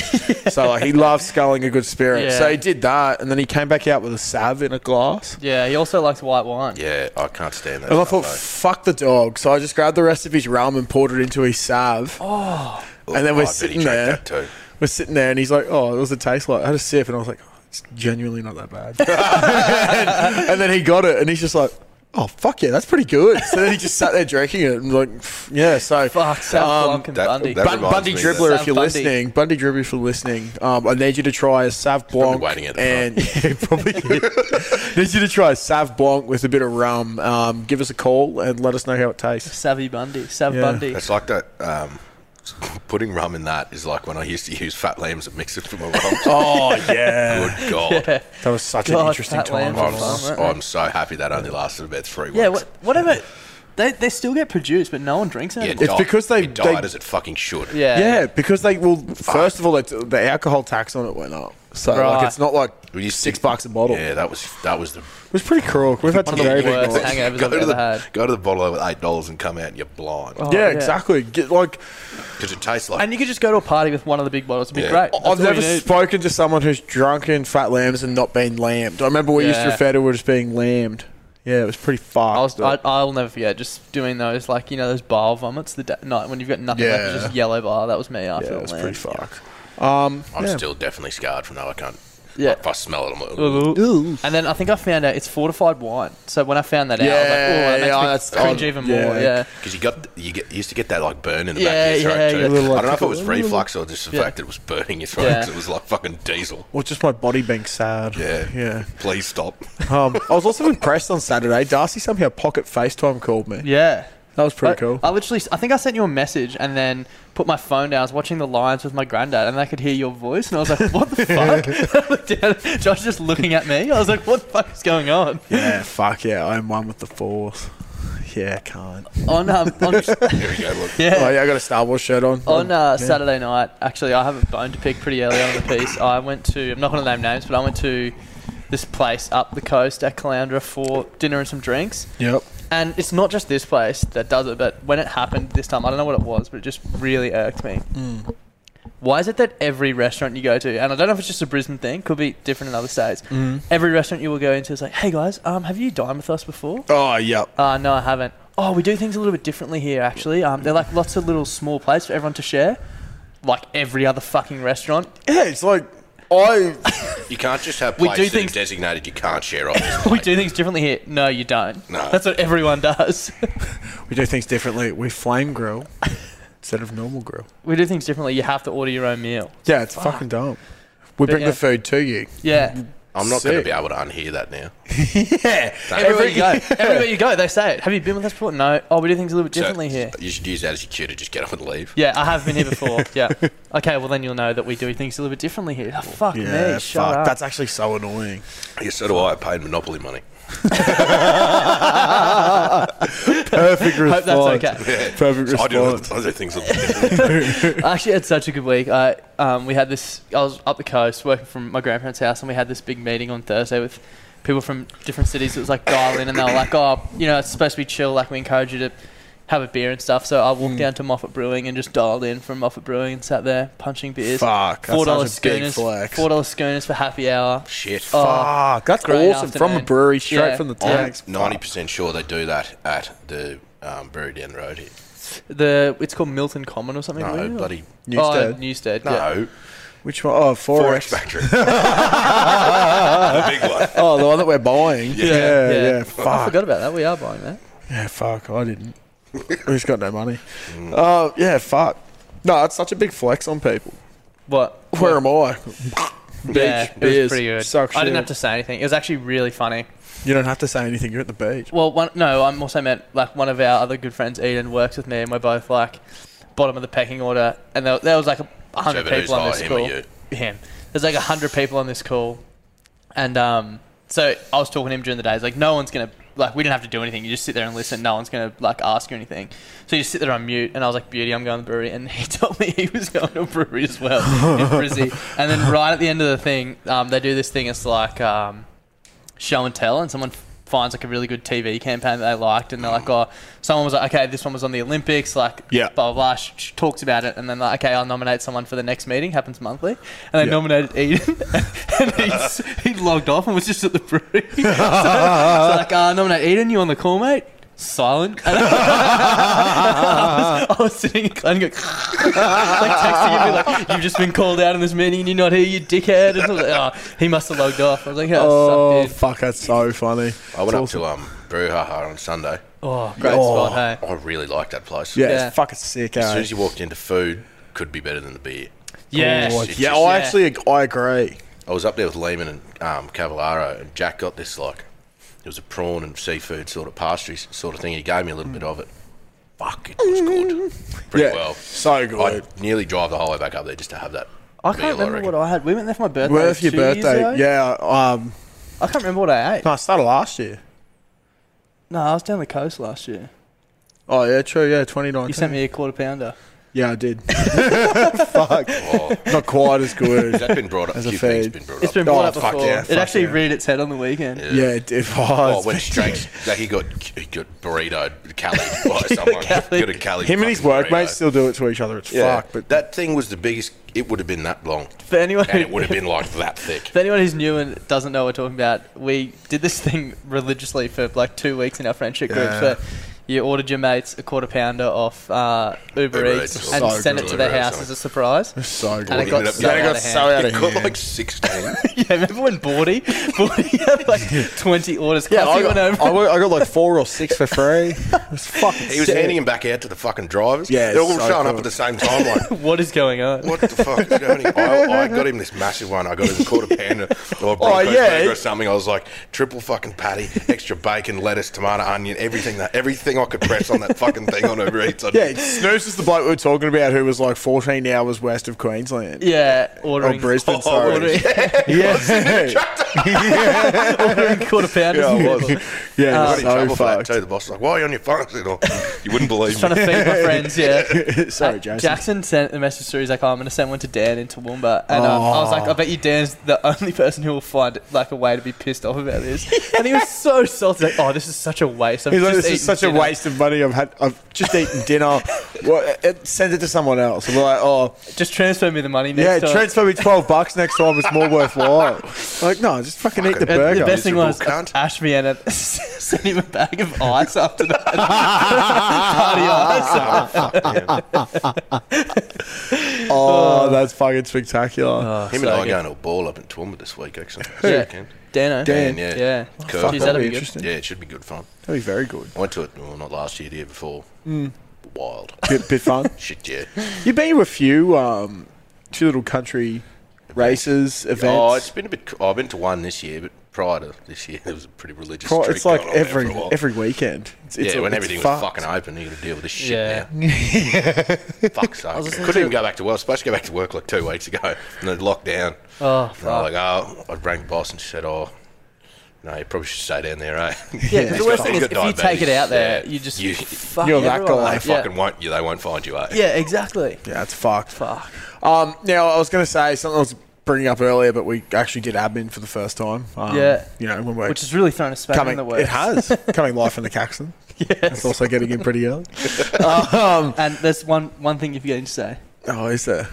[SPEAKER 1] so like he loves sculling a good spirit.
[SPEAKER 2] Yeah.
[SPEAKER 1] So he did that, and then he came back out with a sav in a glass.
[SPEAKER 2] Yeah, he also likes white wine.
[SPEAKER 7] Yeah, I can't stand that.
[SPEAKER 1] And I
[SPEAKER 7] stuff,
[SPEAKER 1] thought,
[SPEAKER 7] though.
[SPEAKER 1] fuck the dog. So I just grabbed the rest of his rum and poured it into his salve.
[SPEAKER 7] Look,
[SPEAKER 1] and then we're
[SPEAKER 7] Oh. I bet he
[SPEAKER 1] sitting
[SPEAKER 7] drank
[SPEAKER 1] there.
[SPEAKER 7] that too.
[SPEAKER 1] We're sitting there, and he's like, "Oh, what does it taste like?" I had a sip, and I was like, oh, "It's genuinely not that bad." and, and then he got it, and he's just like, "Oh, fuck yeah, that's pretty good." So then he just sat there drinking it, and like, "Pff, "Yeah." So
[SPEAKER 2] Fuck, Sam
[SPEAKER 1] um,
[SPEAKER 2] Blanc and
[SPEAKER 7] that-
[SPEAKER 2] Bundy.
[SPEAKER 7] that-
[SPEAKER 1] Bun-
[SPEAKER 7] reminds
[SPEAKER 1] Bundy
[SPEAKER 7] me
[SPEAKER 1] Dribbler,
[SPEAKER 2] that-
[SPEAKER 1] if
[SPEAKER 2] Sam
[SPEAKER 1] you're
[SPEAKER 2] Bundy.
[SPEAKER 1] listening, Bundy Dribbler, if you're listening, um, I need you to try a Sav Blanc.
[SPEAKER 7] waiting at the
[SPEAKER 1] and yeah, probably need you to try a Sav Blanc with a bit of rum. Um, give us a call and let us know how it tastes.
[SPEAKER 2] Savvy Bundy. Sav
[SPEAKER 1] Yeah.
[SPEAKER 2] Bundy.
[SPEAKER 7] It's like that. Um, putting rum in that is like when I used to use fat lambs and mix it for my rum.
[SPEAKER 1] Oh yeah,
[SPEAKER 7] Good God.
[SPEAKER 1] that was such an
[SPEAKER 2] God,
[SPEAKER 1] interesting
[SPEAKER 2] Fat
[SPEAKER 1] time.
[SPEAKER 2] Lambs are
[SPEAKER 7] I'm,
[SPEAKER 2] fun, weren't
[SPEAKER 7] s-
[SPEAKER 2] they?
[SPEAKER 7] I'm so happy that only lasted about three weeks.
[SPEAKER 2] Yeah, what, whatever. They, they still get produced, but no one drinks it.
[SPEAKER 7] Yeah,
[SPEAKER 2] anymore.
[SPEAKER 7] it
[SPEAKER 1] It's
[SPEAKER 7] died-
[SPEAKER 1] because they-
[SPEAKER 7] it died
[SPEAKER 1] they-
[SPEAKER 7] as it fucking should.
[SPEAKER 2] Yeah.
[SPEAKER 1] Yeah, because they well, first of all, the, the alcohol tax on it went up, so
[SPEAKER 2] Right.
[SPEAKER 1] like it's not like
[SPEAKER 7] We used to-
[SPEAKER 1] six bucks a bottle.
[SPEAKER 7] Yeah, that was that was the
[SPEAKER 1] It was pretty cruel. We've had some
[SPEAKER 2] One of the
[SPEAKER 1] very big
[SPEAKER 2] worst
[SPEAKER 1] nights.
[SPEAKER 2] hangovers
[SPEAKER 7] go
[SPEAKER 2] I've
[SPEAKER 7] to
[SPEAKER 2] ever
[SPEAKER 7] the
[SPEAKER 2] had.
[SPEAKER 7] go to the bottle with eight dollars and come out and you're blind
[SPEAKER 2] Oh,
[SPEAKER 1] Yeah, exactly. Get, like
[SPEAKER 7] because it tastes like
[SPEAKER 2] And you could just go to a party with one of the big bottles. It'd be
[SPEAKER 7] Yeah.
[SPEAKER 2] great.
[SPEAKER 7] I-
[SPEAKER 2] That's
[SPEAKER 1] I've
[SPEAKER 2] all you
[SPEAKER 1] never
[SPEAKER 2] need.
[SPEAKER 1] spoken to someone who's drunk in fat lambs and not been lambed. I remember we used to
[SPEAKER 2] Yeah.
[SPEAKER 1] refer to it as being lambed. Yeah, it was pretty fucked.
[SPEAKER 2] I was, I, I'll never forget just doing those, like, you know, those bile vomits the da- night when you've got nothing left, it's
[SPEAKER 1] Yeah.
[SPEAKER 2] just yellow bile. That was me after
[SPEAKER 1] yeah,
[SPEAKER 2] the
[SPEAKER 1] it was
[SPEAKER 2] land.
[SPEAKER 1] pretty fucked. Um,
[SPEAKER 7] I'm
[SPEAKER 1] yeah.
[SPEAKER 7] still definitely scarred from that. I can't.
[SPEAKER 2] Yeah.
[SPEAKER 7] If I smell it, I'm like, "Ooh."
[SPEAKER 2] Ooh. And then I think I found out it's fortified wine. So when I found that out, I was like,
[SPEAKER 1] Yeah,
[SPEAKER 2] oh, that
[SPEAKER 1] yeah,
[SPEAKER 2] makes
[SPEAKER 1] that's-
[SPEAKER 2] me cringe
[SPEAKER 1] oh,
[SPEAKER 2] even
[SPEAKER 1] yeah.
[SPEAKER 2] more. Yeah.
[SPEAKER 7] Because you got you get you used to get that like burn in the
[SPEAKER 2] Yeah,
[SPEAKER 7] back of your throat
[SPEAKER 2] yeah,
[SPEAKER 7] too.
[SPEAKER 2] yeah. A
[SPEAKER 1] little, like,
[SPEAKER 7] I don't know if it was
[SPEAKER 1] tickle.
[SPEAKER 7] reflux or just the
[SPEAKER 2] Yeah.
[SPEAKER 7] fact that it was burning your throat.
[SPEAKER 2] Yeah.
[SPEAKER 7] 'cause it was like fucking diesel.
[SPEAKER 1] Well, just my body being sad.
[SPEAKER 7] Yeah.
[SPEAKER 1] yeah.
[SPEAKER 7] Please stop.
[SPEAKER 1] Um, I was also impressed on Saturday. Darcy somehow pocket FaceTime called me.
[SPEAKER 2] Yeah. Uh,
[SPEAKER 1] That was pretty
[SPEAKER 2] I,
[SPEAKER 1] cool.
[SPEAKER 2] I literally, I think I sent you a message and then put my phone down. I was watching the Lions with my granddad, and I could hear your voice, and I was like, "What the fuck?" I looked down, Josh just looking at me. I was like, "What the fuck is going on?"
[SPEAKER 1] yeah, fuck yeah. I'm one with the force. Yeah, can't.
[SPEAKER 2] On um, on,
[SPEAKER 7] Here we go. Look.
[SPEAKER 1] Oh,
[SPEAKER 2] yeah,
[SPEAKER 1] yeah, I got a Star Wars shirt on.
[SPEAKER 2] on uh,
[SPEAKER 1] Yeah.
[SPEAKER 2] Saturday night. Actually, I have a bone to pick pretty early on in the piece. I went to, I'm not going to name names, but I went to this place up the coast at Caloundra for dinner and some drinks.
[SPEAKER 1] Yep.
[SPEAKER 2] And it's not just this place that does it, but when it happened this time, I don't know what it was, but it just really irked me. Why is it that every restaurant you go to, and I don't know if it's just a Brisbane thing, could be different in other states, every restaurant you will go into is like, hey guys, um, have you dined with us before?
[SPEAKER 1] Oh, yep.
[SPEAKER 2] Uh, no, I haven't. Oh, we do things a little bit differently here, actually. Um, they're like lots of little small plates for everyone to share, like every other fucking restaurant.
[SPEAKER 1] Yeah, it's like, I.
[SPEAKER 7] You can't just have
[SPEAKER 2] We
[SPEAKER 7] plates
[SPEAKER 2] do
[SPEAKER 7] that are
[SPEAKER 2] things-
[SPEAKER 7] designated. You can't share off. this
[SPEAKER 2] We
[SPEAKER 7] plate.
[SPEAKER 2] do things differently here. No, you don't.
[SPEAKER 7] No.
[SPEAKER 2] That's what everyone does.
[SPEAKER 1] We do things differently. We flame grill instead of normal grill.
[SPEAKER 2] we do things differently. You have to order your own meal.
[SPEAKER 1] Yeah, it's fucking dumb. We bring
[SPEAKER 2] yeah.
[SPEAKER 1] the food to you.
[SPEAKER 2] Yeah.
[SPEAKER 7] I'm not going
[SPEAKER 1] Sick.
[SPEAKER 7] to be able to unhear that now.
[SPEAKER 1] Yeah.
[SPEAKER 2] Everywhere you go, everywhere you go, they say it. Have you been with us before? No. Oh, we do things a little bit
[SPEAKER 7] So,
[SPEAKER 2] differently here.
[SPEAKER 7] You should use that as your cue to just get up and leave.
[SPEAKER 2] Yeah, I have been here before. Yeah. Okay, well then you'll know that we do things a little bit differently here. Oh, fuck
[SPEAKER 1] Yeah,
[SPEAKER 2] me. Shut
[SPEAKER 1] fuck.
[SPEAKER 2] up.
[SPEAKER 1] That's actually so annoying.
[SPEAKER 7] Yeah, so do I. I paid Monopoly money.
[SPEAKER 1] Perfect
[SPEAKER 2] Hope
[SPEAKER 1] response.
[SPEAKER 2] that's okay.
[SPEAKER 1] Perfect
[SPEAKER 7] So I, do,
[SPEAKER 1] response.
[SPEAKER 7] I do things a little differently.
[SPEAKER 2] I actually had such a good week. I um, we had this. I was up the coast working from my grandparents' house, and we had this big meeting on Thursday with people from different cities. It was like dial in, and they were like, "Oh, you know, it's supposed to be chill. Like we encourage you to have a beer and stuff." So I walked down to Moffat Brewing and just dialed in from Moffat Brewing and sat there punching beers.
[SPEAKER 1] Fuck, that's
[SPEAKER 2] four dollar
[SPEAKER 1] such a big
[SPEAKER 2] schooners,
[SPEAKER 1] flex.
[SPEAKER 2] four dollar schooners for happy hour.
[SPEAKER 7] Shit.
[SPEAKER 1] Fuck, that's
[SPEAKER 2] Oh, Great
[SPEAKER 1] awesome. From a
[SPEAKER 2] afternoon.
[SPEAKER 1] brewery straight
[SPEAKER 2] Yeah.
[SPEAKER 1] from the
[SPEAKER 2] Yeah.
[SPEAKER 1] tanks.
[SPEAKER 7] Ninety percent sure they do that at the um, brewery down the road here.
[SPEAKER 2] The it's called Milton Common or something.
[SPEAKER 7] No,
[SPEAKER 2] weird.
[SPEAKER 7] bloody
[SPEAKER 2] Oh,
[SPEAKER 1] Newstead.
[SPEAKER 2] Newstead. Yeah.
[SPEAKER 7] no.
[SPEAKER 1] Which one? Oh,
[SPEAKER 7] Forex
[SPEAKER 1] 4X.
[SPEAKER 7] factory. the big one.
[SPEAKER 1] Oh, the one that we're buying. Yeah, yeah.
[SPEAKER 2] yeah. I
[SPEAKER 1] Fuck.
[SPEAKER 2] forgot about that. We are buying that.
[SPEAKER 1] Yeah, fuck. I didn't. Who's got no money? Uh, yeah, fuck. No, it's such a big flex on people.
[SPEAKER 2] What?
[SPEAKER 1] Where am I? Beach,
[SPEAKER 2] Yeah, it was
[SPEAKER 1] beers,
[SPEAKER 2] pretty good.
[SPEAKER 1] suck
[SPEAKER 2] I didn't
[SPEAKER 1] shit.
[SPEAKER 2] have to say anything. It was actually really funny.
[SPEAKER 1] You don't have to say anything. You're at the beach.
[SPEAKER 2] Well, one, no, I'm also meant like one of our other good friends, Eden, works with me, and we're both like bottom of the pecking order. And there, there was like a
[SPEAKER 7] So,
[SPEAKER 2] hundred
[SPEAKER 7] but who's
[SPEAKER 2] people on
[SPEAKER 7] higher,
[SPEAKER 2] this
[SPEAKER 7] him or
[SPEAKER 2] call.
[SPEAKER 7] you?
[SPEAKER 2] Him. There's like a hundred people on this call, and um, so I was talking to him during the day. He's like, no one's gonna like we didn't have to do anything. You just sit there and listen. No one's gonna like ask you anything. So you just sit there on mute. And I was like, beauty, I'm going to the brewery. And he told me he was going to a brewery as well in Brizzy. And then right at the end of the thing, um, they do this thing. It's like um, show and tell, and someone finds like a really good TV campaign that they liked, and they're like, oh, someone was like, okay, this one was on the Olympics, like,
[SPEAKER 1] Yeah.
[SPEAKER 2] blah blah. blah. She, she talks about it, and then like, okay, I'll nominate someone for the next meeting. Happens monthly, and they
[SPEAKER 1] Yeah.
[SPEAKER 2] nominated Eden, and he s- he logged off and was just at the brewery. so, so like, uh, nominate Eden, you on the call, mate? Silent. And I, was, I was sitting in Glen going, like texting him, be like, you've just been called out in this meeting, and you're not here, you dickhead. And I was like, oh, he must have logged off. I was like, oh,
[SPEAKER 1] Oh
[SPEAKER 2] suck, dude.
[SPEAKER 1] fuck, that's so funny.
[SPEAKER 7] I went up to um Brouhaha on Sunday.
[SPEAKER 2] Oh, great
[SPEAKER 1] Oh.
[SPEAKER 2] spot, hey.
[SPEAKER 7] I really liked that place.
[SPEAKER 1] Yeah,
[SPEAKER 2] Yeah.
[SPEAKER 1] it's fucking sick.
[SPEAKER 7] As soon
[SPEAKER 1] Eh?
[SPEAKER 7] as you walked into food, could be better than the beer.
[SPEAKER 2] Yeah.
[SPEAKER 7] Oh,
[SPEAKER 1] Yeah, I actually I agree.
[SPEAKER 7] I was up there with Lehman and um, Cavallaro, and Jack got this like it was a prawn and seafood sort of pastry sort of thing. He gave me a little bit of it. Fuck, it was good. Pretty
[SPEAKER 1] Mm-hmm. Yeah,
[SPEAKER 7] well.
[SPEAKER 1] so
[SPEAKER 7] I
[SPEAKER 1] good.
[SPEAKER 7] nearly drive the whole way back up there just to have that.
[SPEAKER 2] I
[SPEAKER 7] meal,
[SPEAKER 2] can't remember
[SPEAKER 7] reckon.
[SPEAKER 2] what I had. We went there for my birthday.
[SPEAKER 1] Worth your
[SPEAKER 2] two years ago.
[SPEAKER 1] birthday. Yeah, um,
[SPEAKER 2] I can't remember what I ate.
[SPEAKER 1] no, I started last year.
[SPEAKER 2] No, I was down the coast last year.
[SPEAKER 1] Oh yeah, true. Yeah, twenty
[SPEAKER 2] You
[SPEAKER 1] nineteen.
[SPEAKER 2] sent me a quarter pounder.
[SPEAKER 1] Yeah, I did. fuck,
[SPEAKER 7] Oh,
[SPEAKER 1] not quite as good.
[SPEAKER 7] has that been brought up?
[SPEAKER 1] As
[SPEAKER 7] a
[SPEAKER 1] a
[SPEAKER 7] few things
[SPEAKER 1] fade.
[SPEAKER 7] been brought
[SPEAKER 2] It's
[SPEAKER 7] up.
[SPEAKER 2] been
[SPEAKER 1] Oh,
[SPEAKER 2] brought up
[SPEAKER 1] fuck
[SPEAKER 2] before.
[SPEAKER 1] yeah,
[SPEAKER 2] it
[SPEAKER 1] fuck
[SPEAKER 2] actually
[SPEAKER 1] yeah.
[SPEAKER 2] reared its head on the weekend.
[SPEAKER 7] Yeah.
[SPEAKER 1] Yeah, it, it
[SPEAKER 7] Oh,
[SPEAKER 1] was.
[SPEAKER 7] when Drake's, like, he got he got burritoed, Cali by someone.
[SPEAKER 2] Cali.
[SPEAKER 7] Got a Cali
[SPEAKER 1] Him and his
[SPEAKER 7] fucking
[SPEAKER 1] workmates
[SPEAKER 7] burrito.
[SPEAKER 1] still do it to each other. It's
[SPEAKER 7] Yeah,
[SPEAKER 1] fuck, but
[SPEAKER 7] that thing was the biggest. It would have been that long,
[SPEAKER 2] For anyone,
[SPEAKER 7] and it would have been like that thick.
[SPEAKER 2] for anyone who's new and doesn't know what we're talking about, we did this thing religiously for like two weeks in our friendship
[SPEAKER 1] Yeah.
[SPEAKER 2] group. So you ordered your mates a quarter pounder off uh, Uber,
[SPEAKER 7] Uber
[SPEAKER 2] Eats,
[SPEAKER 7] Eats.
[SPEAKER 2] and
[SPEAKER 7] So
[SPEAKER 2] sent it
[SPEAKER 7] good.
[SPEAKER 2] to their
[SPEAKER 7] Uber Eats,
[SPEAKER 2] house
[SPEAKER 7] so-
[SPEAKER 2] as a surprise.
[SPEAKER 1] so good.
[SPEAKER 2] And it got
[SPEAKER 7] ended up-
[SPEAKER 2] so
[SPEAKER 7] Yeah, it
[SPEAKER 2] out
[SPEAKER 7] got
[SPEAKER 2] of
[SPEAKER 1] so
[SPEAKER 2] hand.
[SPEAKER 1] out
[SPEAKER 7] It
[SPEAKER 1] of
[SPEAKER 7] got
[SPEAKER 1] hand.
[SPEAKER 7] like sixteen.
[SPEAKER 2] yeah, remember when Bordy, Bordy had like 20 orders. Yeah,
[SPEAKER 1] I got,
[SPEAKER 2] went over.
[SPEAKER 1] I got- I got like four or six for free. It's fucking.
[SPEAKER 7] He was
[SPEAKER 1] sick.
[SPEAKER 7] handing him back out to the fucking drivers.
[SPEAKER 1] Yeah,
[SPEAKER 7] they're all
[SPEAKER 1] so
[SPEAKER 7] showing up
[SPEAKER 1] cool.
[SPEAKER 7] at the same time. Like,
[SPEAKER 2] what is going on?
[SPEAKER 7] what the fuck? is going on? I, I got him this massive one. I got him a quarter pounder or a Broncos
[SPEAKER 1] Oh, yeah.
[SPEAKER 7] burger or something. I was like triple fucking patty, extra bacon, lettuce, tomato, onion, everything that everything I could press on that fucking thing on Uber Eats. I
[SPEAKER 1] Yeah,
[SPEAKER 7] did.
[SPEAKER 1] Snooze is the bloke we were talking about who was like 14 hours west of Queensland.
[SPEAKER 2] Yeah, ordering,
[SPEAKER 1] Oh, Brisbane, sorry.
[SPEAKER 2] ordering,
[SPEAKER 1] Yeah.
[SPEAKER 2] ordering quarter pounders.
[SPEAKER 7] Yeah, I was.
[SPEAKER 1] yeah,
[SPEAKER 7] I got in
[SPEAKER 1] so
[SPEAKER 7] trouble for that
[SPEAKER 1] fucked.
[SPEAKER 7] too. The boss was like, "Why are you on your phone?" I said, "Oh, you wouldn't believe me."
[SPEAKER 2] trying to feed my friends. Yeah.
[SPEAKER 1] Sorry,
[SPEAKER 2] Uh,
[SPEAKER 1] Jason.
[SPEAKER 2] Jackson sent a message through. He's like, oh, "I'm going to send one to Dan in Toowoomba," and um, I was like,
[SPEAKER 1] Oh.
[SPEAKER 2] "I bet you Dan's the only person who will find like a way to be pissed off about this." and he was so salty. Like, "Oh, this is such a waste." I've
[SPEAKER 1] He's like,
[SPEAKER 2] just
[SPEAKER 1] this is
[SPEAKER 2] eaten
[SPEAKER 1] such
[SPEAKER 2] dinner."
[SPEAKER 1] a waste of money. I've had, I've just eaten dinner. well, it, send it to someone else. I'm like, oh,
[SPEAKER 2] Just transfer me the money
[SPEAKER 1] yeah,
[SPEAKER 2] next time.
[SPEAKER 1] transfer me 12 bucks next time. It's more worthwhile. like, no, just fucking eat the
[SPEAKER 2] And
[SPEAKER 7] Fucking-
[SPEAKER 1] burger.
[SPEAKER 2] the best thing was
[SPEAKER 7] Miserable cunt.
[SPEAKER 2] Ash Vienna sent him a bag of ice after that. Party ice.
[SPEAKER 1] oh, that's fucking spectacular.
[SPEAKER 7] Him and I are going to a ball up in Toowoomba this week, actually. This
[SPEAKER 2] Yeah.
[SPEAKER 7] weekend.
[SPEAKER 2] Dano.
[SPEAKER 7] Dan, yeah.
[SPEAKER 2] Yeah.
[SPEAKER 7] Cool.
[SPEAKER 2] Jeez, that'll
[SPEAKER 1] that'd
[SPEAKER 2] be
[SPEAKER 1] be
[SPEAKER 2] good.
[SPEAKER 1] interesting.
[SPEAKER 7] Yeah, it should be good fun.
[SPEAKER 1] That'd be very good.
[SPEAKER 7] I went to it, well, not last year, the year before.
[SPEAKER 1] Hmm.
[SPEAKER 7] Wild.
[SPEAKER 1] Bit, bit fun.
[SPEAKER 7] Shit, yeah.
[SPEAKER 1] You've been to a few, um, two little country races,
[SPEAKER 7] Oh, it's
[SPEAKER 1] events.
[SPEAKER 7] been a bit. I've been to one this year, but prior to this year, there was a pretty religious.
[SPEAKER 1] Pro-
[SPEAKER 7] streak
[SPEAKER 1] it's like
[SPEAKER 7] going on there
[SPEAKER 1] every
[SPEAKER 7] for a while.
[SPEAKER 1] every weekend. It's, it's
[SPEAKER 7] yeah,
[SPEAKER 1] a-
[SPEAKER 7] when
[SPEAKER 1] it's
[SPEAKER 7] everything was
[SPEAKER 1] fucked.
[SPEAKER 7] fucking open, you got to deal with this shit
[SPEAKER 2] Yeah.
[SPEAKER 7] now. Fuck so. Couldn't even go back to work. I was supposed to go back to work like two weeks ago, and then lockdown.
[SPEAKER 2] Oh,
[SPEAKER 7] And I was like, oh, I rang the boss and she said, oh, no, you probably should stay down there, eh?
[SPEAKER 2] Yeah, 'cause the worst thing
[SPEAKER 7] He's
[SPEAKER 2] is
[SPEAKER 7] got
[SPEAKER 2] if you take it
[SPEAKER 7] diabetes.
[SPEAKER 2] out there,
[SPEAKER 7] Yeah.
[SPEAKER 2] you just
[SPEAKER 7] You-
[SPEAKER 2] fuck
[SPEAKER 1] You're that
[SPEAKER 2] everyone
[SPEAKER 1] guy.
[SPEAKER 7] They
[SPEAKER 2] up. Yeah.
[SPEAKER 7] fucking won't you. They won't find you, eh?
[SPEAKER 2] yeah, exactly.
[SPEAKER 1] Yeah, it's fucked.
[SPEAKER 2] Fuck.
[SPEAKER 1] Um, now I was going to say something I was bringing up earlier, but we actually did admin for the first time. Um,
[SPEAKER 2] Yeah.
[SPEAKER 1] you know when we're
[SPEAKER 2] Which has really thrown a spanner in
[SPEAKER 1] coming,
[SPEAKER 2] the works.
[SPEAKER 1] it has coming live from the Caxton. Yeah, it's also getting in pretty early. um,
[SPEAKER 2] And there's one one thing you're forgetting to say.
[SPEAKER 1] oh, is there?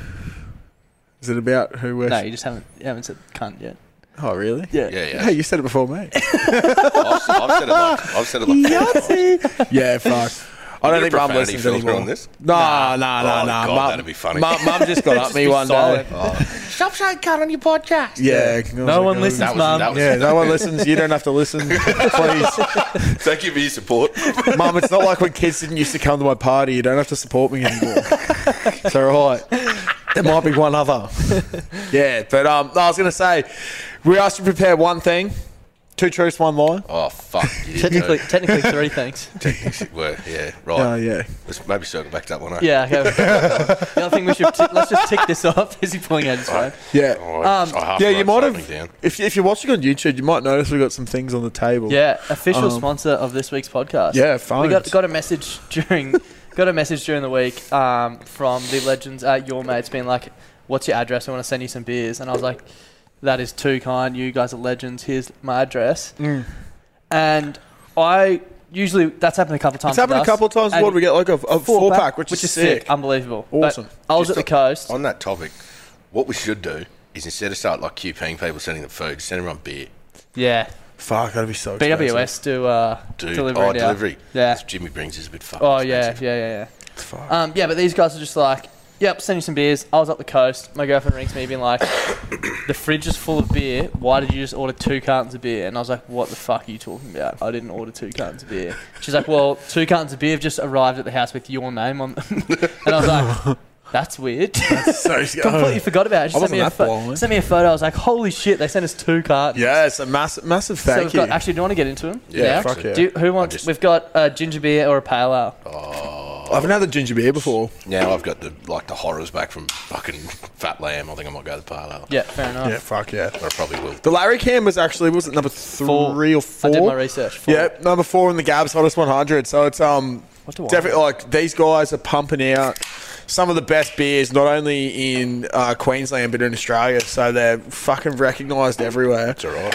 [SPEAKER 1] Is it about who we're?
[SPEAKER 2] No, you just haven't you haven't said cunt yet.
[SPEAKER 1] oh, really?
[SPEAKER 2] Yeah.
[SPEAKER 7] Yeah, yeah.
[SPEAKER 1] Hey, you said it before me.
[SPEAKER 7] I've, I've said it like, I've said it like four times.
[SPEAKER 1] yeah, fuck. I don't
[SPEAKER 7] You
[SPEAKER 1] think
[SPEAKER 7] get a
[SPEAKER 1] mum
[SPEAKER 7] profanity
[SPEAKER 1] listens
[SPEAKER 7] filter
[SPEAKER 1] anymore.
[SPEAKER 7] on this?
[SPEAKER 1] Nah, nah, nah,
[SPEAKER 7] Oh,
[SPEAKER 1] nah.
[SPEAKER 7] God,
[SPEAKER 1] mum,
[SPEAKER 7] that'd be funny. Oh.
[SPEAKER 1] Mum, mum just got up me one
[SPEAKER 2] silent.
[SPEAKER 1] day.
[SPEAKER 8] Stop saying cut on your podcast.
[SPEAKER 1] Yeah,
[SPEAKER 2] No one listens,
[SPEAKER 7] That was,
[SPEAKER 2] mum.
[SPEAKER 7] that was,
[SPEAKER 1] Yeah, no one listens. You don't have to listen, please.
[SPEAKER 7] Thank you for your support.
[SPEAKER 1] Mum, it's not like when kids didn't used to come to my party. You don't have to support me anymore. it's all right. There might be one other. yeah, but um, I was going to say, we asked you to prepare one thing, two truths, one lie.
[SPEAKER 7] Oh, fuck. You did
[SPEAKER 2] Technically,
[SPEAKER 7] too.
[SPEAKER 2] technically three things.
[SPEAKER 7] Technically, well, yeah, right.
[SPEAKER 1] Oh, yeah.
[SPEAKER 7] Let's maybe circle back to that one. eh?
[SPEAKER 2] Yeah. Okay. the other thing we should t- let's just tick this off. Is he pulling out his phone?
[SPEAKER 1] Yeah.
[SPEAKER 7] Oh, I-
[SPEAKER 2] Um,
[SPEAKER 7] I half
[SPEAKER 1] Yeah,
[SPEAKER 7] wrote
[SPEAKER 1] you might
[SPEAKER 7] something
[SPEAKER 1] have.
[SPEAKER 7] down.
[SPEAKER 1] If, if you're watching on YouTube, you might notice we've got some things on the table.
[SPEAKER 2] Yeah. Official
[SPEAKER 1] Um,
[SPEAKER 2] sponsor of this week's podcast.
[SPEAKER 1] Yeah, phones.
[SPEAKER 2] We got got a message during got a message during the week um, from the legends at your mates being like, "What's your address? I want to send you some
[SPEAKER 1] Mm.
[SPEAKER 2] beers." And I was like, "That is too kind. You guys are legends. Here's my address." and I usually that's happened a couple of times.
[SPEAKER 1] It's happened
[SPEAKER 2] with
[SPEAKER 1] a
[SPEAKER 2] us.
[SPEAKER 1] couple of times.
[SPEAKER 2] And
[SPEAKER 1] What did we get? Like a, a four pack, which, is sick.
[SPEAKER 2] unbelievable. But
[SPEAKER 1] Awesome.
[SPEAKER 2] I was at the coast.
[SPEAKER 7] On that topic, what we should do is instead of start like QPing people sending them food, send everyone beer.
[SPEAKER 2] Yeah,
[SPEAKER 1] Fuck, that'd be so expensive.
[SPEAKER 2] BWS do uh,
[SPEAKER 7] Dude,
[SPEAKER 2] delivery.
[SPEAKER 7] oh,
[SPEAKER 2] now.
[SPEAKER 7] delivery.
[SPEAKER 2] Yeah.
[SPEAKER 7] This Jimmy brings is a bit fucking
[SPEAKER 2] Oh yeah,
[SPEAKER 7] expensive.
[SPEAKER 2] yeah, yeah,
[SPEAKER 1] Fuck.
[SPEAKER 2] yeah. Um, yeah, but these guys are just like, yep, send you some beers. I was up the coast. My girlfriend rings me, being like, the fridge is full of beer. Why did you just order two cartons of beer? And I was like, what the fuck are you talking about? I didn't order two cartons of beer. She's like, well, two cartons of beer have just arrived at the house with your name on them. and I was like. That's weird.
[SPEAKER 1] So
[SPEAKER 2] Completely
[SPEAKER 1] oh.
[SPEAKER 2] forgot about it. She
[SPEAKER 1] I
[SPEAKER 2] sent me,
[SPEAKER 1] wasn't
[SPEAKER 2] a
[SPEAKER 1] that
[SPEAKER 2] pho-
[SPEAKER 1] blind.
[SPEAKER 2] sent me a photo. I was like, holy shit, they sent us two cartons.
[SPEAKER 1] Yes, a massive, massive
[SPEAKER 2] So
[SPEAKER 1] thank
[SPEAKER 2] we've got,
[SPEAKER 1] you.
[SPEAKER 2] actually, do you want to get into them?
[SPEAKER 7] Yeah,
[SPEAKER 2] now?
[SPEAKER 7] fuck
[SPEAKER 1] yeah. Oh.
[SPEAKER 2] Do you, who wants?
[SPEAKER 7] just-
[SPEAKER 2] we've got a ginger beer or a pale ale.
[SPEAKER 1] I haven't had the ginger beer before.
[SPEAKER 7] Now I've got the like the horrors back from fucking Fat Lamb. I think I might go to the parlour.
[SPEAKER 2] Yeah, fair enough.
[SPEAKER 1] Yeah, fuck yeah.
[SPEAKER 7] But I probably will.
[SPEAKER 1] The Larry Cam was actually was it number three
[SPEAKER 2] Four.
[SPEAKER 1] or four?
[SPEAKER 2] I did my research. Four.
[SPEAKER 1] Yep, number four in the Gabs Hottest 100. So it's um
[SPEAKER 2] What do I
[SPEAKER 1] definitely like these guys are pumping out some of the best beers, not only in uh, Queensland but in Australia. So they're fucking recognised everywhere.
[SPEAKER 7] It's alright.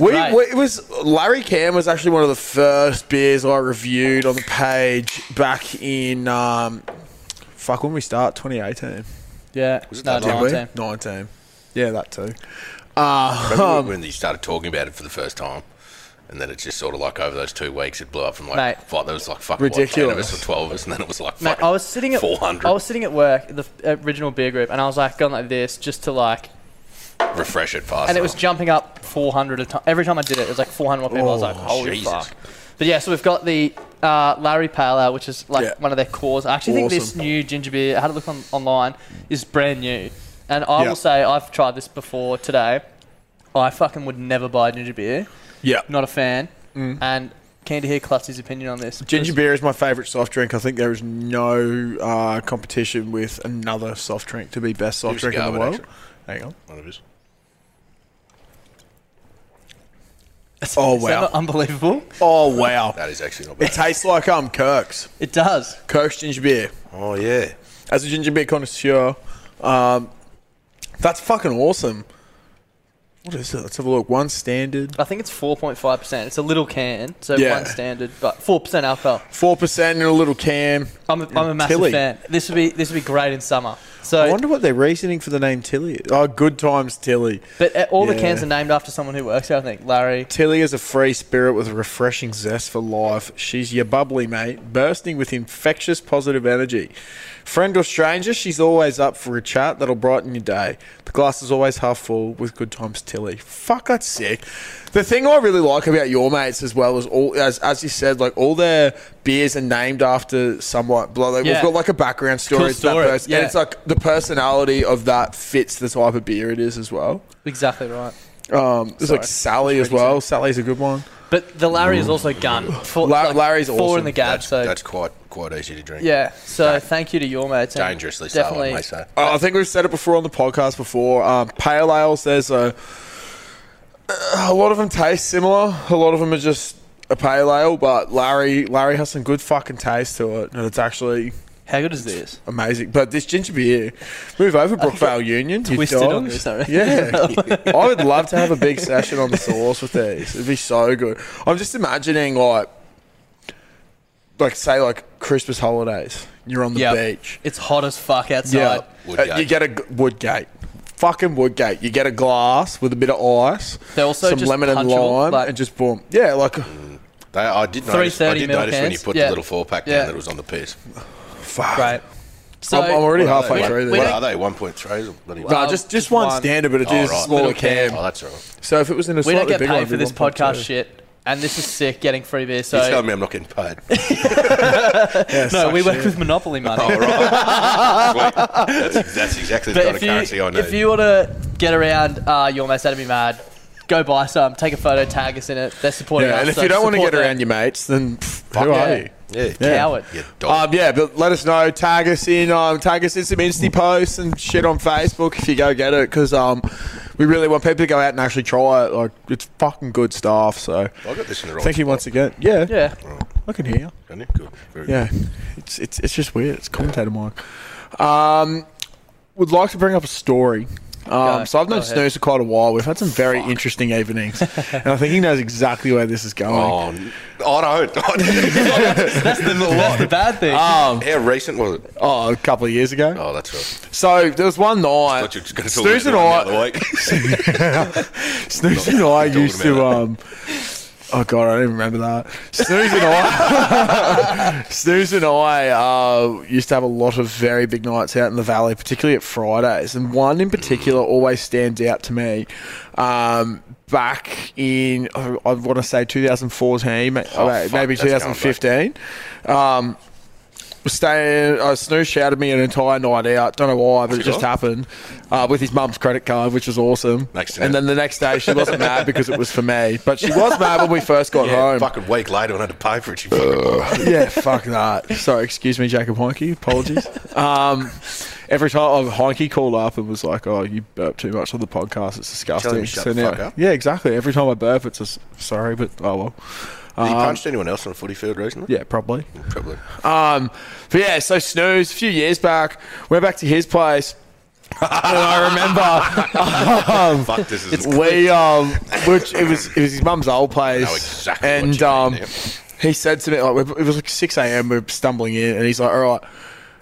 [SPEAKER 1] We,
[SPEAKER 2] great.
[SPEAKER 1] we, it was Larry Cam was actually one of the first beers I reviewed on the page back in um, fuck when we start 2018.
[SPEAKER 2] Yeah. No,
[SPEAKER 1] Did we?
[SPEAKER 2] 19.
[SPEAKER 1] 19. Yeah, that too.
[SPEAKER 7] Remember
[SPEAKER 2] Um,
[SPEAKER 7] when you started talking about it for the first time? And then it just sort of like over those two weeks, it blew up from like
[SPEAKER 2] Mate.
[SPEAKER 7] five. There was like fucking what, 10 of us
[SPEAKER 1] Ridiculous.
[SPEAKER 7] or twelve of us, and then it was like
[SPEAKER 2] Mate,
[SPEAKER 7] fucking
[SPEAKER 2] I was sitting at
[SPEAKER 7] 400.
[SPEAKER 2] I was sitting at work, the f- original beer group, and I was like going like this just to like,
[SPEAKER 7] refresh it fast.
[SPEAKER 2] and it was
[SPEAKER 7] enough.
[SPEAKER 2] jumping up 400 a time. Every time I did it, it was like 400 more people. I was like,
[SPEAKER 1] Oh,
[SPEAKER 2] holy
[SPEAKER 7] Jesus.
[SPEAKER 2] fuck. But yeah, so we've got the uh, Larry Pale Ale, which is like
[SPEAKER 1] Yeah.
[SPEAKER 2] one of their cores. I actually think this
[SPEAKER 1] Awesome.
[SPEAKER 2] new ginger beer, I had a look on, online, is brand new. And I
[SPEAKER 1] Yeah.
[SPEAKER 2] will say I've tried this before today. I fucking would never buy a ginger beer.
[SPEAKER 1] Yeah.
[SPEAKER 2] Not a fan. And keen to hear Clutzy's opinion on this.
[SPEAKER 1] Mm. Ginger beer is my favourite soft drink. I think there is no uh, competition with another soft drink to be best soft
[SPEAKER 7] Here's a
[SPEAKER 1] drink in the
[SPEAKER 7] Garmin,
[SPEAKER 1] world.
[SPEAKER 7] actually.
[SPEAKER 1] Hang on.
[SPEAKER 7] One of his.
[SPEAKER 1] Oh
[SPEAKER 2] Is that
[SPEAKER 1] wow!
[SPEAKER 2] not unbelievable?
[SPEAKER 1] Oh wow!
[SPEAKER 7] That is actually not
[SPEAKER 1] It
[SPEAKER 7] bad.
[SPEAKER 1] tastes like um Kirk's
[SPEAKER 2] It does.
[SPEAKER 1] Kirk's ginger beer.
[SPEAKER 7] oh yeah.
[SPEAKER 1] As a ginger beer connoisseur, um, that's fucking awesome. What is it? Let's have a look. One standard,
[SPEAKER 2] I think it's 4.5%. It's a little can, so
[SPEAKER 1] Yeah.
[SPEAKER 2] one standard, but 4% alcohol.
[SPEAKER 1] four percent in a little can.
[SPEAKER 2] I'm a, I'm a massive
[SPEAKER 1] Tilly.
[SPEAKER 2] fan. This would be this would be great in summer. So,
[SPEAKER 1] I wonder what their reasoning for the name Tilly. is. Oh, good times Tilly.
[SPEAKER 2] but uh, all the
[SPEAKER 1] Yeah.
[SPEAKER 2] cans are named after someone who works there. I think Larry.
[SPEAKER 1] Tilly is a free spirit with a refreshing zest for life. She's your bubbly mate, bursting with infectious positive energy. Friend or stranger, she's always up for a chat that'll brighten your day. The glass is always half full with good times Tilly. Fuck, that's sick. The thing I really like about your mates as well is all as as you said, like all their beers are named after somewhat. Like,
[SPEAKER 2] Yeah.
[SPEAKER 1] We've got like a background story.
[SPEAKER 2] Cool
[SPEAKER 1] it's that
[SPEAKER 2] story,
[SPEAKER 1] person-
[SPEAKER 2] yeah.
[SPEAKER 1] And it's like the personality of that fits the type of beer it is as well.
[SPEAKER 2] Exactly right.
[SPEAKER 1] Um, there's like Sally as well. Sally's a good one.
[SPEAKER 2] But the Larry is also gun. Four,
[SPEAKER 1] La- Larry's
[SPEAKER 2] four in
[SPEAKER 1] awesome.
[SPEAKER 2] the gap.
[SPEAKER 7] That's,
[SPEAKER 2] so
[SPEAKER 7] that's quite quite easy to drink.
[SPEAKER 2] yeah. So thank you to your mates. and
[SPEAKER 7] Dangerously so,
[SPEAKER 2] definitely.
[SPEAKER 7] I may say.
[SPEAKER 1] Uh, I think we've said it before on the podcast before. Um, pale ales, there's a, a lot of them taste similar. A lot of them are just a pale ale, but Larry Larry has some good fucking taste to it, and it's actually
[SPEAKER 2] How good is this?
[SPEAKER 1] amazing. But this ginger beer, move over Brookvale Union. you
[SPEAKER 2] Twisted on
[SPEAKER 1] dogs.
[SPEAKER 2] this, I reckon.
[SPEAKER 1] Yeah, I would love to have a big session on the sauce with these. It'd be so good. I'm just imagining like, like say like Christmas holidays. You're on the
[SPEAKER 2] Yep.
[SPEAKER 1] beach.
[SPEAKER 2] It's hot as fuck outside.
[SPEAKER 7] Woodgate.
[SPEAKER 1] Uh, you get a g- Woodgate. Fucking Woodgate. You get a glass with a bit of ice,
[SPEAKER 2] They're also
[SPEAKER 1] some
[SPEAKER 2] just
[SPEAKER 1] lemon and
[SPEAKER 2] punchable,
[SPEAKER 1] lime,
[SPEAKER 2] like-
[SPEAKER 1] and just boom. Yeah, like
[SPEAKER 7] They, I did notice. I
[SPEAKER 2] 330
[SPEAKER 7] did
[SPEAKER 2] mil
[SPEAKER 7] notice when you
[SPEAKER 2] cans.
[SPEAKER 7] put
[SPEAKER 2] Yeah.
[SPEAKER 7] the little four pack
[SPEAKER 2] Yeah.
[SPEAKER 7] down that it was on the piss.
[SPEAKER 1] fuck.
[SPEAKER 2] Great. So
[SPEAKER 1] I'm, I'm already
[SPEAKER 7] What are
[SPEAKER 1] halfway
[SPEAKER 7] they?
[SPEAKER 1] through
[SPEAKER 2] we
[SPEAKER 7] What
[SPEAKER 1] there.
[SPEAKER 2] don't-
[SPEAKER 7] are they? One point three. Bloody
[SPEAKER 1] Nah,
[SPEAKER 2] Um,
[SPEAKER 1] just
[SPEAKER 2] just
[SPEAKER 1] just one
[SPEAKER 2] one.
[SPEAKER 1] standard, but it is
[SPEAKER 7] Oh, right.
[SPEAKER 1] a smaller
[SPEAKER 2] Little
[SPEAKER 1] can.
[SPEAKER 7] Oh, that's all right.
[SPEAKER 1] So if it was in a
[SPEAKER 2] we
[SPEAKER 1] slightly
[SPEAKER 2] don't get
[SPEAKER 1] bigger one,
[SPEAKER 2] paid for
[SPEAKER 1] it'd be
[SPEAKER 2] this podcast
[SPEAKER 1] 1.2.
[SPEAKER 2] shit, and this is sick. Getting free beer.
[SPEAKER 7] He's telling
[SPEAKER 2] So
[SPEAKER 7] me I'm not getting paid.
[SPEAKER 1] Yeah,
[SPEAKER 2] no,
[SPEAKER 1] suck
[SPEAKER 2] we work
[SPEAKER 1] shit.
[SPEAKER 2] with Monopoly money.
[SPEAKER 7] All right. Sweet. That's, that's exactly the
[SPEAKER 2] But
[SPEAKER 7] kind of
[SPEAKER 2] if
[SPEAKER 7] currency
[SPEAKER 2] you,
[SPEAKER 7] I need.
[SPEAKER 2] if you want to get around uh, your mates, that'd be mad. Go buy some, take a photo, tag us in it. They're supporting
[SPEAKER 1] Yeah,
[SPEAKER 2] us.
[SPEAKER 1] and if
[SPEAKER 2] so
[SPEAKER 1] you don't want to
[SPEAKER 2] support
[SPEAKER 1] get
[SPEAKER 2] them.
[SPEAKER 1] around your mates, then pff, who
[SPEAKER 2] yeah.
[SPEAKER 1] are you?
[SPEAKER 7] yeah,
[SPEAKER 1] Yeah.
[SPEAKER 2] Coward.
[SPEAKER 7] You dog.
[SPEAKER 1] Um, yeah, but let us know. Tag us in. Um, tag us in some Insta posts and shit on Facebook if you go get it, because um, we really want people to go out and actually try it. Like it's fucking good stuff. So
[SPEAKER 7] I got this in the wrong.
[SPEAKER 1] thank you
[SPEAKER 7] spot.
[SPEAKER 1] once again. Yeah,
[SPEAKER 2] Yeah.
[SPEAKER 1] I can hear. you.
[SPEAKER 7] Don't you? Good. Very
[SPEAKER 1] Yeah, it's it's it's just weird. It's commentator mic. Um, would like to bring up a story Um,
[SPEAKER 2] Go-
[SPEAKER 1] so I've known
[SPEAKER 2] go ahead.
[SPEAKER 1] Snooze for quite a while. We've had some very interesting evenings, and I think he knows exactly where this is going.
[SPEAKER 7] Oh, n- I don't. I don't.
[SPEAKER 2] That's the, that's the bad thing.
[SPEAKER 7] How recent was it?
[SPEAKER 1] Oh, a couple of years ago.
[SPEAKER 7] Oh, that's right.
[SPEAKER 1] So there was one night.
[SPEAKER 7] Thought you were just going to talk
[SPEAKER 1] Snooze and
[SPEAKER 7] about
[SPEAKER 1] I,
[SPEAKER 7] it the other week.
[SPEAKER 1] Snooze and I
[SPEAKER 7] Talking
[SPEAKER 1] used to.
[SPEAKER 7] about
[SPEAKER 1] Um, oh god, I don't even remember that. Snooze and I, Snooze and I uh, used to have a lot of very big nights out in the valley, particularly at Fridays, and one in particular always stands out to me. Um, back in I want to say 2014, ma-
[SPEAKER 7] Oh,
[SPEAKER 1] ma-
[SPEAKER 7] fuck,
[SPEAKER 1] maybe
[SPEAKER 7] that's going back.
[SPEAKER 1] 2015. Um, staying. Uh, Snoo shouted me an entire night out. Don't know why, but it just
[SPEAKER 7] Sure.
[SPEAKER 1] happened uh, with his mum's credit card, which was awesome.
[SPEAKER 7] Makes sense.
[SPEAKER 1] and then the next day, she wasn't mad because it was for me, but she was mad when we first got
[SPEAKER 7] Yeah,
[SPEAKER 1] home. Uh,
[SPEAKER 7] fucking week later, and I had to pay for it. You fucking
[SPEAKER 1] Yeah, fuck that. Sorry, excuse me, Jacob Heinke. Apologies. Um, every time oh, Heinke called up and was like, "Oh, you burp too much on the podcast. It's disgusting."
[SPEAKER 7] him to shut the
[SPEAKER 1] now-
[SPEAKER 7] fuck up.
[SPEAKER 1] yeah, exactly. Every time I burp, it's just sorry, but oh well.
[SPEAKER 7] Have you
[SPEAKER 1] Um,
[SPEAKER 7] punched anyone else on a footy field recently?
[SPEAKER 1] yeah, probably.
[SPEAKER 7] Probably.
[SPEAKER 1] Um, but yeah, so Snooze, a few years back, went back to his place. and I remember um,
[SPEAKER 7] Fuck, this is.
[SPEAKER 1] we um, which it was it was his mum's old place,
[SPEAKER 7] know exactly what
[SPEAKER 1] and
[SPEAKER 7] you mean,
[SPEAKER 1] um,
[SPEAKER 7] yeah.
[SPEAKER 1] he said to me like it was like six a.m. We're stumbling in, and he's like, "All right,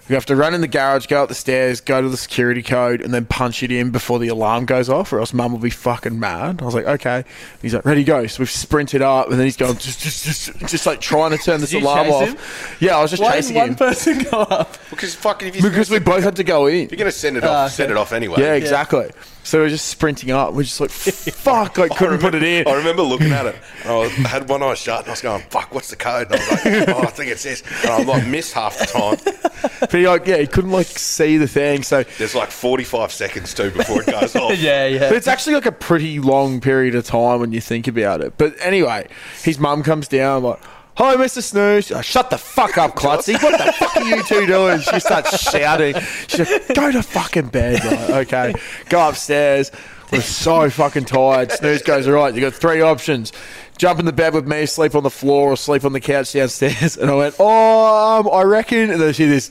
[SPEAKER 1] you have to run in the garage, go up the stairs, go to the security code, and then punch it in before the alarm goes off, or else mum will be fucking mad." I was like, "Okay." He's like, "Ready, go." So we've sprinted up, and then he's going just just just, just like trying to turn this
[SPEAKER 2] you
[SPEAKER 1] alarm
[SPEAKER 2] chase
[SPEAKER 1] off.
[SPEAKER 2] him?
[SPEAKER 1] Yeah, I was just
[SPEAKER 2] Why did
[SPEAKER 1] chasing
[SPEAKER 2] one
[SPEAKER 1] him
[SPEAKER 2] person go up?
[SPEAKER 7] Because fucking, if you,
[SPEAKER 1] because we both had to go in.
[SPEAKER 7] you're going to send it off,
[SPEAKER 2] okay.
[SPEAKER 7] send it off anyway.
[SPEAKER 1] Yeah, exactly. So we're just sprinting up. We're just like, fuck, like couldn't put it in.
[SPEAKER 7] I remember looking at it. And I, was, I had one eye shut, and I was going, "Fuck, what's the code?" And I was like, "Oh, I think it's this." And I like missed half the time.
[SPEAKER 1] But he like, yeah, he couldn't like see the thing. So,
[SPEAKER 7] There's like 45 seconds too before it goes off.
[SPEAKER 2] Yeah,
[SPEAKER 1] but
[SPEAKER 2] yeah.
[SPEAKER 1] it's actually like a pretty long period of time when you think about it. But anyway, his mum comes down like. Hi, Mr. Snooze. Oh, shut the fuck up, Clutzy. What the fuck are you two doing? She starts shouting. She's like, go to fucking bed. Like, okay, go upstairs. We're so fucking tired. Snooze goes, all right, you got three options. Jump in the bed with me, sleep on the floor, or sleep on the couch downstairs. And I went, oh, um, I reckon. And then she this.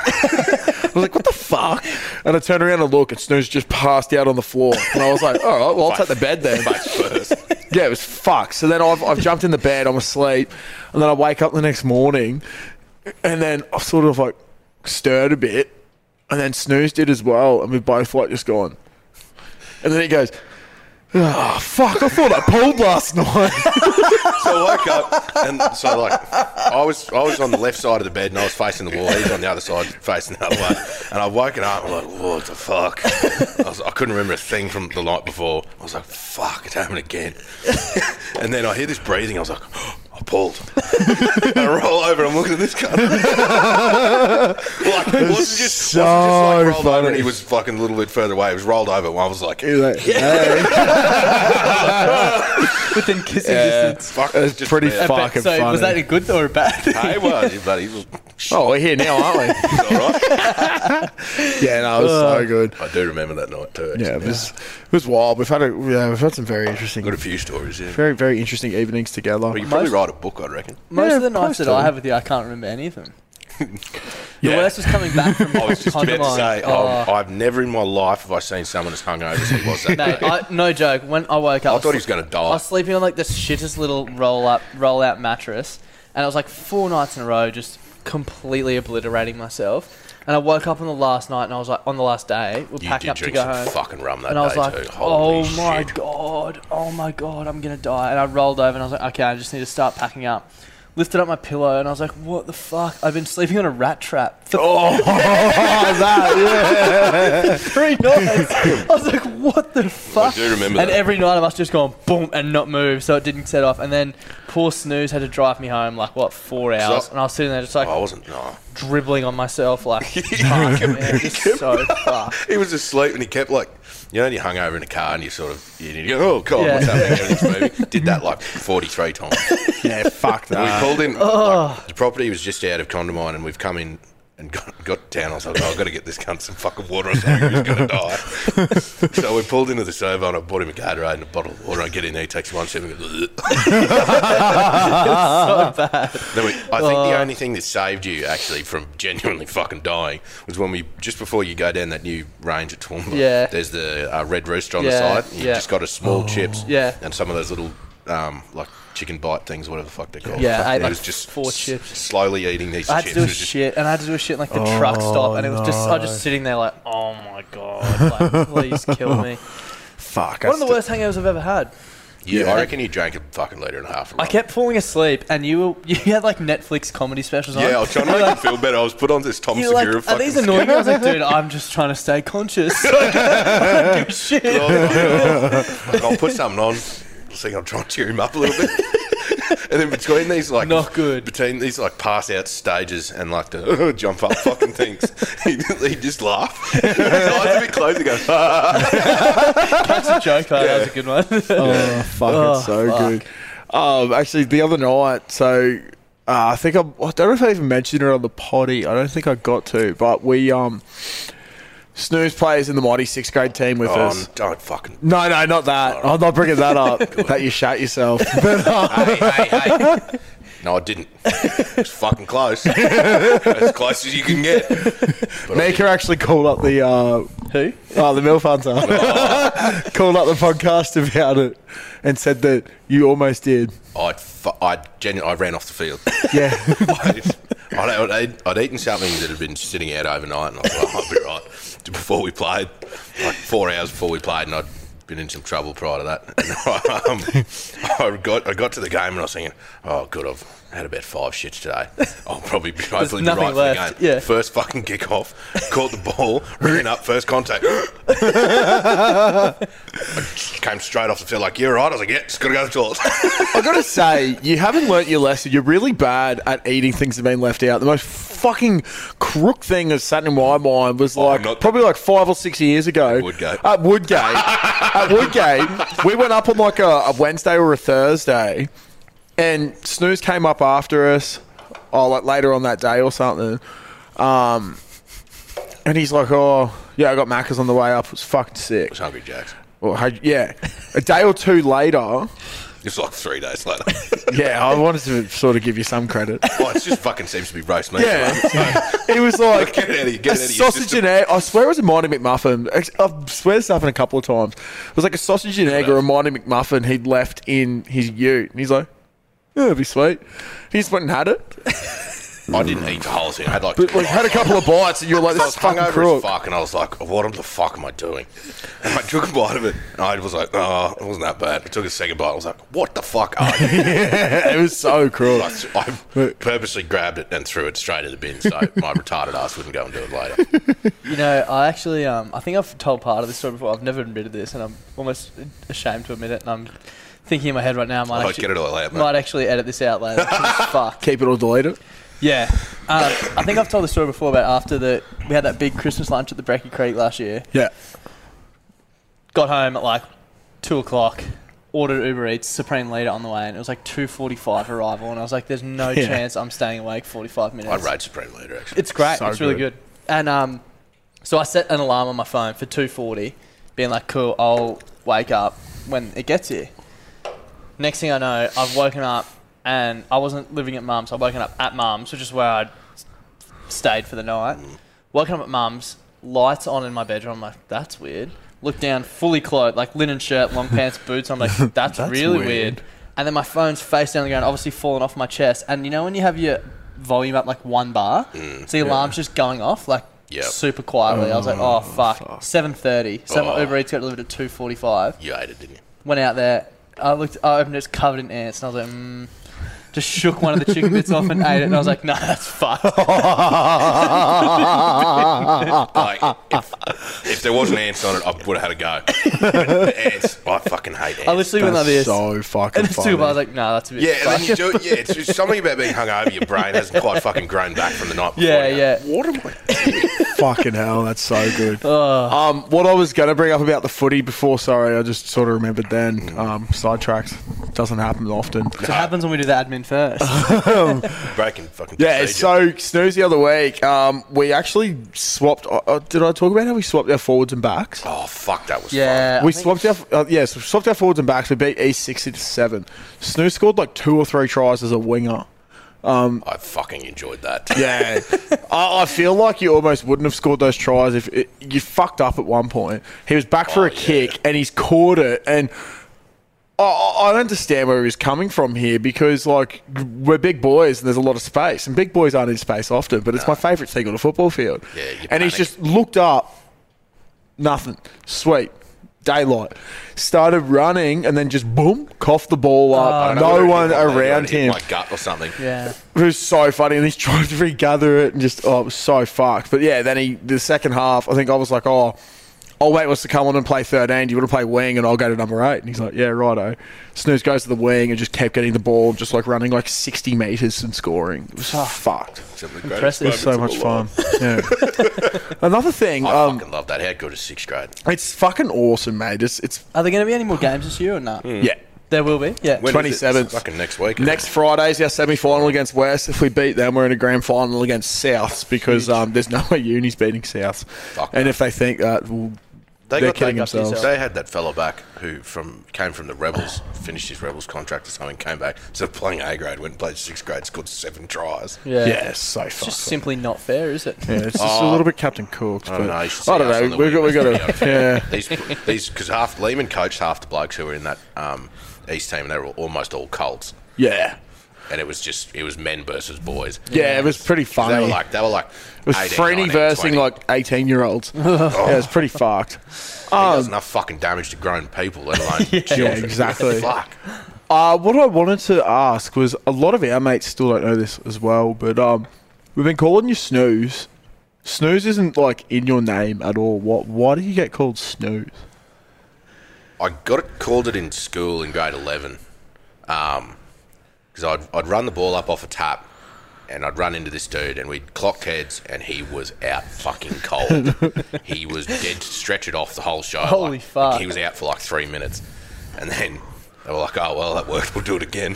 [SPEAKER 1] I was like, what the fuck? And I turned around and look, and Snooze just passed out on the floor. And I was like, all right, well, I'll take the bed then.
[SPEAKER 7] Much first.
[SPEAKER 1] Yeah, it was fucked. So then I've, I've jumped in the bed, I'm asleep, and then I wake up the next morning, and then I've sort of like stirred a bit, and then Snooze did as well, and we both like just gone. And then he goes, oh, fuck, I thought I pulled last night.
[SPEAKER 7] So I woke up, and so like I was, I was on the left side of the bed, and I was facing the wall. He's on the other side, facing the other way. And I woken up, and I'm like, "What the fuck?" I, was, I couldn't remember a thing from the night before. I was like, "Fuck, it happened again." and then I hear this breathing. I was like, "I pulled." I roll over. I'm looking at this guy. like, it wasn't just,
[SPEAKER 1] so
[SPEAKER 7] wasn't just like rolled over, and
[SPEAKER 1] funny.
[SPEAKER 7] he was fucking a little bit further away. He was rolled over, and I was like,
[SPEAKER 1] He was like, hey.
[SPEAKER 2] Within kissing distance.
[SPEAKER 7] "Fuck,
[SPEAKER 1] It was
[SPEAKER 7] just
[SPEAKER 1] pretty
[SPEAKER 7] me."
[SPEAKER 1] fu- Fucking
[SPEAKER 2] so was
[SPEAKER 1] funny.
[SPEAKER 2] that a good or a bad thing?
[SPEAKER 7] Hey, well, buddy, it was
[SPEAKER 1] Oh, we're here now, aren't we?
[SPEAKER 7] all right.
[SPEAKER 1] yeah, no, it was so good.
[SPEAKER 7] I do remember that night too. actually.
[SPEAKER 1] Yeah, it was, it was wild. We've had a, yeah, we've had some very interesting,
[SPEAKER 7] Got a few stories, yeah.
[SPEAKER 1] very very interesting evenings together.
[SPEAKER 7] We could probably
[SPEAKER 2] Most-
[SPEAKER 7] write a book, I reckon.
[SPEAKER 2] Most
[SPEAKER 1] Yeah,
[SPEAKER 2] of the nights that
[SPEAKER 1] close to.
[SPEAKER 2] I have with you, I can't remember any of them.
[SPEAKER 7] Yeah.
[SPEAKER 2] The worst was coming back from
[SPEAKER 7] I was just about to
[SPEAKER 2] Condamine.
[SPEAKER 7] say,
[SPEAKER 2] Oh.
[SPEAKER 7] I've, I've never in my life have I seen someone as hungover as he was that
[SPEAKER 2] Mate,
[SPEAKER 7] day. I,
[SPEAKER 2] I, no joke. When I woke up,
[SPEAKER 7] thought he was going to
[SPEAKER 2] I
[SPEAKER 7] die.
[SPEAKER 2] was sleeping on like the shittest little roll up, roll out mattress, and it was like four nights in a row, just completely obliterating myself. And I woke up on the last night, and I was like, on the last day, we're
[SPEAKER 7] You
[SPEAKER 2] packing
[SPEAKER 7] did
[SPEAKER 2] up to
[SPEAKER 7] drink
[SPEAKER 2] go
[SPEAKER 7] some
[SPEAKER 2] home,
[SPEAKER 7] fucking rum that
[SPEAKER 2] and I was
[SPEAKER 7] day
[SPEAKER 2] like,
[SPEAKER 7] too. Holy
[SPEAKER 2] oh my
[SPEAKER 7] shit.
[SPEAKER 2] god, oh my god, I'm gonna die. And I rolled over, and I was like, okay, I just need to start packing up. Lifted up my pillow, and I was like, what the fuck? I've been sleeping on a rat trap for three nights. I was like, what the fuck?
[SPEAKER 7] do remember
[SPEAKER 2] and
[SPEAKER 7] that.
[SPEAKER 2] every night I must just gone boom and not move, so it didn't set off. And then poor Snooze had to drive me home like what four hours, and I was sitting there just like
[SPEAKER 7] Oh, I wasn't. No.
[SPEAKER 2] dribbling on myself like, fuck, man, just so fucked.
[SPEAKER 7] He was asleep and he kept like, you know, you hung over in a car and you sort of, you go, oh god,
[SPEAKER 2] Yeah.
[SPEAKER 7] what's happening? Everything's moving. Did that like 43 times.
[SPEAKER 1] yeah, fuck
[SPEAKER 7] We
[SPEAKER 1] that.
[SPEAKER 2] Oh.
[SPEAKER 7] called in. like, the property was just out of Condamine, and we've come in and got, got down. I was like, oh, I've got to get this cunt some fucking water or something. He's going to die. so we pulled into the servo and I bought him a Gatorade and a bottle of water. I get in there, he takes one sip and goes,
[SPEAKER 2] so bad.
[SPEAKER 7] Then we, I think
[SPEAKER 2] Oh.
[SPEAKER 7] the only thing that saved you actually from genuinely fucking dying was when we just before you go down that new range at Toowoomba.
[SPEAKER 2] Yeah.
[SPEAKER 7] There's the uh, red rooster on
[SPEAKER 2] Yeah,
[SPEAKER 7] the side. And
[SPEAKER 2] yeah.
[SPEAKER 7] You just got a small chips.
[SPEAKER 2] Yeah.
[SPEAKER 7] And some of those little um, like chicken bite things, whatever the fuck they're called.
[SPEAKER 2] Yeah, I ate
[SPEAKER 7] And it
[SPEAKER 2] like
[SPEAKER 7] was just
[SPEAKER 2] four
[SPEAKER 7] s-
[SPEAKER 2] chips.
[SPEAKER 7] Slowly eating these
[SPEAKER 2] I had
[SPEAKER 7] chips.
[SPEAKER 2] to do
[SPEAKER 7] It
[SPEAKER 2] a
[SPEAKER 7] was just-
[SPEAKER 2] shit, and I had to do a shit in, like the truck stop, and it was just I was just sitting there like, oh my god, like, please kill me.
[SPEAKER 1] Fuck.
[SPEAKER 2] One of the worst hangovers I've ever had.
[SPEAKER 7] you, I reckon you drank a fucking liter and a half. of
[SPEAKER 2] I
[SPEAKER 7] rum.
[SPEAKER 2] kept falling asleep, and you were, you had like Netflix comedy specials on.
[SPEAKER 7] Yeah, I was trying to make you feel better. I was put on this Tom
[SPEAKER 2] You're
[SPEAKER 7] Segura
[SPEAKER 2] like,
[SPEAKER 7] fucking.
[SPEAKER 2] are these annoying? I was like, dude, I'm just trying to stay conscious. Like, I don't give a shit.
[SPEAKER 7] Like, I'll put something on. Just think I'll try and cheer him up a little bit. and then between these like
[SPEAKER 2] Not good.
[SPEAKER 7] between these like pass out stages and like the jump up fucking things, he, he just laughed. His eyes a bit closed. He goes,
[SPEAKER 2] That's a joke. though. That was a good one.
[SPEAKER 1] Oh, fuck, it's so good. Um, actually, the other night, so uh, I think I, I don't know if I even mentioned it on the potty. I don't think I got to, but we um, snooze players in the mighty sixth grade team with
[SPEAKER 7] oh,
[SPEAKER 1] us.
[SPEAKER 7] don't fucking.
[SPEAKER 1] No, no, not that. I'm not bringing that up. that you shat yourself. But, uh,
[SPEAKER 7] Hey, hey, hey. No, I didn't. It was fucking close. as close as you can get. But I
[SPEAKER 1] Maker actually called up the uh,
[SPEAKER 2] Who?
[SPEAKER 1] Oh, the MILF Hunter. Called up the podcast about it and said that you almost did.
[SPEAKER 7] I, fu- I genuinely, I ran off the field.
[SPEAKER 1] Yeah.
[SPEAKER 7] I'd, I'd, I'd, I'd eaten something that had been sitting out overnight, and I thought I'll be right. Before we played, like four hours before we played, and I'd been in some trouble prior to that. And I, um, I got I got to the game, and I was thinking, oh, good, I've had about five shits today. I'll probably be hopefully be
[SPEAKER 2] nothing
[SPEAKER 7] right for
[SPEAKER 2] left,
[SPEAKER 7] the game.
[SPEAKER 2] yeah.
[SPEAKER 7] First fucking kick off, caught the ball, ran up, first contact. I came straight off the field like, you're right. I was like, yeah, just gotta go to the toilet.
[SPEAKER 1] I gotta say, you haven't learnt your lesson. You're really bad at eating things that have been left out. The most fucking crook thing that sat in my mind was like
[SPEAKER 7] not-
[SPEAKER 1] probably like five or six years ago.
[SPEAKER 7] Woodgate.
[SPEAKER 1] At Woodgate. at Woodgate, we went up on like a, a Wednesday or a Thursday, and Snooze came up after us, oh like later on that day or something. Um, and he's like, "Oh, yeah, I got Macca's on the way up. It was fucking sick."
[SPEAKER 7] was hungry, Jacks.
[SPEAKER 1] Or, "Hey, yeah, a day or two later.
[SPEAKER 7] It's like three days later.
[SPEAKER 1] Yeah, I wanted to sort of give you some credit.
[SPEAKER 7] oh, it just fucking seems to be roast meat.
[SPEAKER 1] Yeah.
[SPEAKER 7] right? So,
[SPEAKER 1] It was like
[SPEAKER 7] Get it out of your- get
[SPEAKER 1] a
[SPEAKER 7] it out of your
[SPEAKER 1] sausage
[SPEAKER 7] system.
[SPEAKER 1] and egg. I swear it was a Mighty McMuffin. Ex- I swear this happened a couple of times. It was like a sausage and egg or a Mighty McMuffin he'd left in his ute, and he's like, "Yeah, it'd be sweet." He just went and had it,
[SPEAKER 7] I didn't eat the whole thing. I had like, Oh,
[SPEAKER 1] but like had a couple of bites, and you're like,
[SPEAKER 7] So I
[SPEAKER 1] "This
[SPEAKER 7] was
[SPEAKER 1] is fucking
[SPEAKER 7] hungover as
[SPEAKER 1] crook."
[SPEAKER 7] fuck, and I was like, "What the fuck am I doing?" And I took a bite of it, and I was like, "Oh, it wasn't that bad." I took a second bite, I was like, "What the fuck are you?"
[SPEAKER 1] Yeah, it was so crook.
[SPEAKER 7] Like, I purposely grabbed it and threw it straight in the bin, so my retarded ass wouldn't go and do it later.
[SPEAKER 2] You know, I actually, um, I think I've told part of this story before. I've never admitted this, and I'm almost ashamed to admit it. And I'm thinking in my head right now, I might,
[SPEAKER 7] Oh,
[SPEAKER 2] actually,
[SPEAKER 7] get it all out, mate.
[SPEAKER 2] might actually edit this out later. 'cause it's fucked.
[SPEAKER 1] Keep it or delete it.
[SPEAKER 2] Yeah. Um, I think I've told the story before about after the we had that big Christmas lunch at the Brecky Creek last year.
[SPEAKER 1] Yeah,
[SPEAKER 2] Got home at like two o'clock. Ordered Uber Eats Supreme Leader on the way, and it was like two forty-five arrival, and I was like, "There's no
[SPEAKER 1] Yeah.
[SPEAKER 2] chance I'm staying awake forty-five minutes."
[SPEAKER 7] I rode Supreme later, actually.
[SPEAKER 2] It's great.
[SPEAKER 1] So
[SPEAKER 2] it's really
[SPEAKER 1] good.
[SPEAKER 2] good. And um, so I set an alarm on my phone for two forty, being like, "Cool, I'll wake up when it gets here." Next thing I know, I've woken up and I wasn't living at mum's. I've woken up at mum's, which is where I stayed for the night. Woken up at mum's, lights on in my bedroom. I'm like, "That's weird." Look down, fully clothed, like linen shirt, long pants, boots. I'm like, "That's, really
[SPEAKER 1] weird."
[SPEAKER 2] weird. And then my phone's face down the ground, obviously fallen off my chest. And you know when you have your volume up like one bar, so the alarm's just going off like
[SPEAKER 7] Yep.
[SPEAKER 2] super quietly. I was like, oh fuck, seven thirty. So my
[SPEAKER 7] Oh.
[SPEAKER 2] Uber Eats got delivered at two forty-five.
[SPEAKER 7] You ate it, didn't you?
[SPEAKER 2] Went out there, I looked, I opened it, it's covered in ants, and I was like, mm. just shook one of the chicken bits off and ate it. And I was like, no, that's fucked.
[SPEAKER 1] Ah,
[SPEAKER 7] Like, if, if there wasn't ants on it, I would have had a go. ants, I fucking hate ants.
[SPEAKER 2] I literally went like this,
[SPEAKER 1] That's so fucking.
[SPEAKER 2] and it's
[SPEAKER 1] funny.
[SPEAKER 2] two bars. I was like, no, that's a bit.
[SPEAKER 7] Yeah, and
[SPEAKER 2] fucked.
[SPEAKER 7] then you do it. Yeah, it's just something about being hungover. Your brain hasn't quite fucking grown back from the night before.
[SPEAKER 2] yeah,
[SPEAKER 7] you
[SPEAKER 2] yeah.
[SPEAKER 7] go, What am I?
[SPEAKER 1] Fucking hell, that's so good. Um, what I was going to bring up about the footy before, sorry, I just sort of remembered then. Um, sidetracks. Doesn't happen often.
[SPEAKER 2] It happens when we do the admin first.
[SPEAKER 7] Breaking fucking
[SPEAKER 1] Yeah, so
[SPEAKER 7] procedure.
[SPEAKER 1] Snooze the other week, um, we actually swapped. Uh, uh, did I talk about how we swapped our forwards and backs?
[SPEAKER 7] Oh fuck, that was
[SPEAKER 2] yeah. I
[SPEAKER 1] we
[SPEAKER 2] think-
[SPEAKER 1] swapped our uh, yeah, so we swapped our forwards and backs. We beat East sixty to seven. Snooze scored like two or three tries as a winger.
[SPEAKER 7] fun. I fucking enjoyed that.
[SPEAKER 1] Yeah, I, I feel like you almost wouldn't have scored those tries if it, you fucked up at one point. He was back for
[SPEAKER 7] Oh,
[SPEAKER 1] a
[SPEAKER 7] yeah.
[SPEAKER 1] kick and he's caught it, and I, I I don't understand where he's coming from here because like we're big boys and there's a lot of space, and big boys aren't in space often. But it's my favourite thing on a football field.
[SPEAKER 7] Yeah, you
[SPEAKER 1] and he's
[SPEAKER 7] panic.
[SPEAKER 1] just looked up, nothing, sweet. Daylight started running and then just boom, coughed the ball
[SPEAKER 7] I
[SPEAKER 1] up.
[SPEAKER 7] don't know whether
[SPEAKER 1] no
[SPEAKER 7] it
[SPEAKER 1] one
[SPEAKER 7] hit my leg or
[SPEAKER 1] around
[SPEAKER 7] it hit
[SPEAKER 1] him.
[SPEAKER 7] My gut or something.
[SPEAKER 2] Yeah.
[SPEAKER 1] It was so funny, and he's trying to regather it, and just oh, it was so fucked. But yeah, then he the second half, I think I was like, oh, I'll wait what's to come on and play thirteen. Do you want to play wing, and I'll go to number eight? And he's like, yeah, righto. Snooze goes to the wing and just kept getting the ball, just like running like sixty meters and scoring. It was fucked.
[SPEAKER 7] Some of the greatest
[SPEAKER 2] Impressive.
[SPEAKER 1] It was so much
[SPEAKER 7] moments of
[SPEAKER 1] fun.
[SPEAKER 7] my life.
[SPEAKER 1] Yeah. Another thing,
[SPEAKER 7] I
[SPEAKER 1] um,
[SPEAKER 7] fucking love that. How good is sixth grade?
[SPEAKER 1] it's fucking awesome, mate. It's it's
[SPEAKER 2] Are there going to be any more games this year or not?
[SPEAKER 1] yeah.
[SPEAKER 2] There will be. Yeah.
[SPEAKER 7] Hmm. When is it?
[SPEAKER 1] 27th.
[SPEAKER 7] It's Fucking next week.
[SPEAKER 1] Next Friday's our semi final against West. If we beat them, we're in a grand final against Souths because um, there's no way Uni's beating Souths.
[SPEAKER 7] Fuck
[SPEAKER 1] and
[SPEAKER 7] no.
[SPEAKER 1] if they think uh, that, well,
[SPEAKER 7] they
[SPEAKER 1] they're
[SPEAKER 7] got
[SPEAKER 1] kidding
[SPEAKER 7] that-
[SPEAKER 1] themselves.
[SPEAKER 7] They had that fellow back who from came from the Rebels, finished his Rebels contract or something, came back, instead of playing A grade, went and played sixth grade, scored seven tries.
[SPEAKER 2] Yeah.
[SPEAKER 1] yeah, it's so
[SPEAKER 2] It's just
[SPEAKER 1] fun.
[SPEAKER 2] simply not fair, is it?
[SPEAKER 1] Yeah, it's just a little bit Captain Cooked.
[SPEAKER 7] Oh.
[SPEAKER 1] But
[SPEAKER 7] I don't know.
[SPEAKER 1] I
[SPEAKER 7] you should see
[SPEAKER 1] don't
[SPEAKER 7] us
[SPEAKER 1] know.
[SPEAKER 7] on the
[SPEAKER 1] We've got, we've
[SPEAKER 7] wing.
[SPEAKER 1] got to. Yeah.
[SPEAKER 7] These, these, because half Lehman coached half the blokes who were in that um, East team, and they were almost all Colts,
[SPEAKER 1] Yeah.
[SPEAKER 7] and it was just it was men versus boys.
[SPEAKER 1] Yeah, it was pretty
[SPEAKER 7] 'Cause They
[SPEAKER 1] funny.
[SPEAKER 7] were like they were like.
[SPEAKER 1] it was
[SPEAKER 7] 18,
[SPEAKER 1] Freeney
[SPEAKER 7] 19,
[SPEAKER 1] versing
[SPEAKER 7] 20.
[SPEAKER 1] like 18 year olds. yeah, it's pretty fucked.
[SPEAKER 7] He does enough fucking damage to grown people, let alone children.
[SPEAKER 1] oh. Yeah, exactly.
[SPEAKER 7] Fuck.
[SPEAKER 1] Uh, what I wanted to ask was a lot of our mates still don't know this as well, but um, we've been calling you Snooze. Snooze isn't like in your name at all. What? Why do you get called Snooze?
[SPEAKER 7] I got it called it in school in grade 11 because I'd, I'd run the ball up off a tap and I'd run into this dude and we'd clock heads and he was out fucking cold. he was dead, stretchered off the whole show.
[SPEAKER 2] Holy
[SPEAKER 7] like,
[SPEAKER 2] fuck.
[SPEAKER 7] He was out for like three minutes. And then they were like, oh, well, that worked. We'll do it again.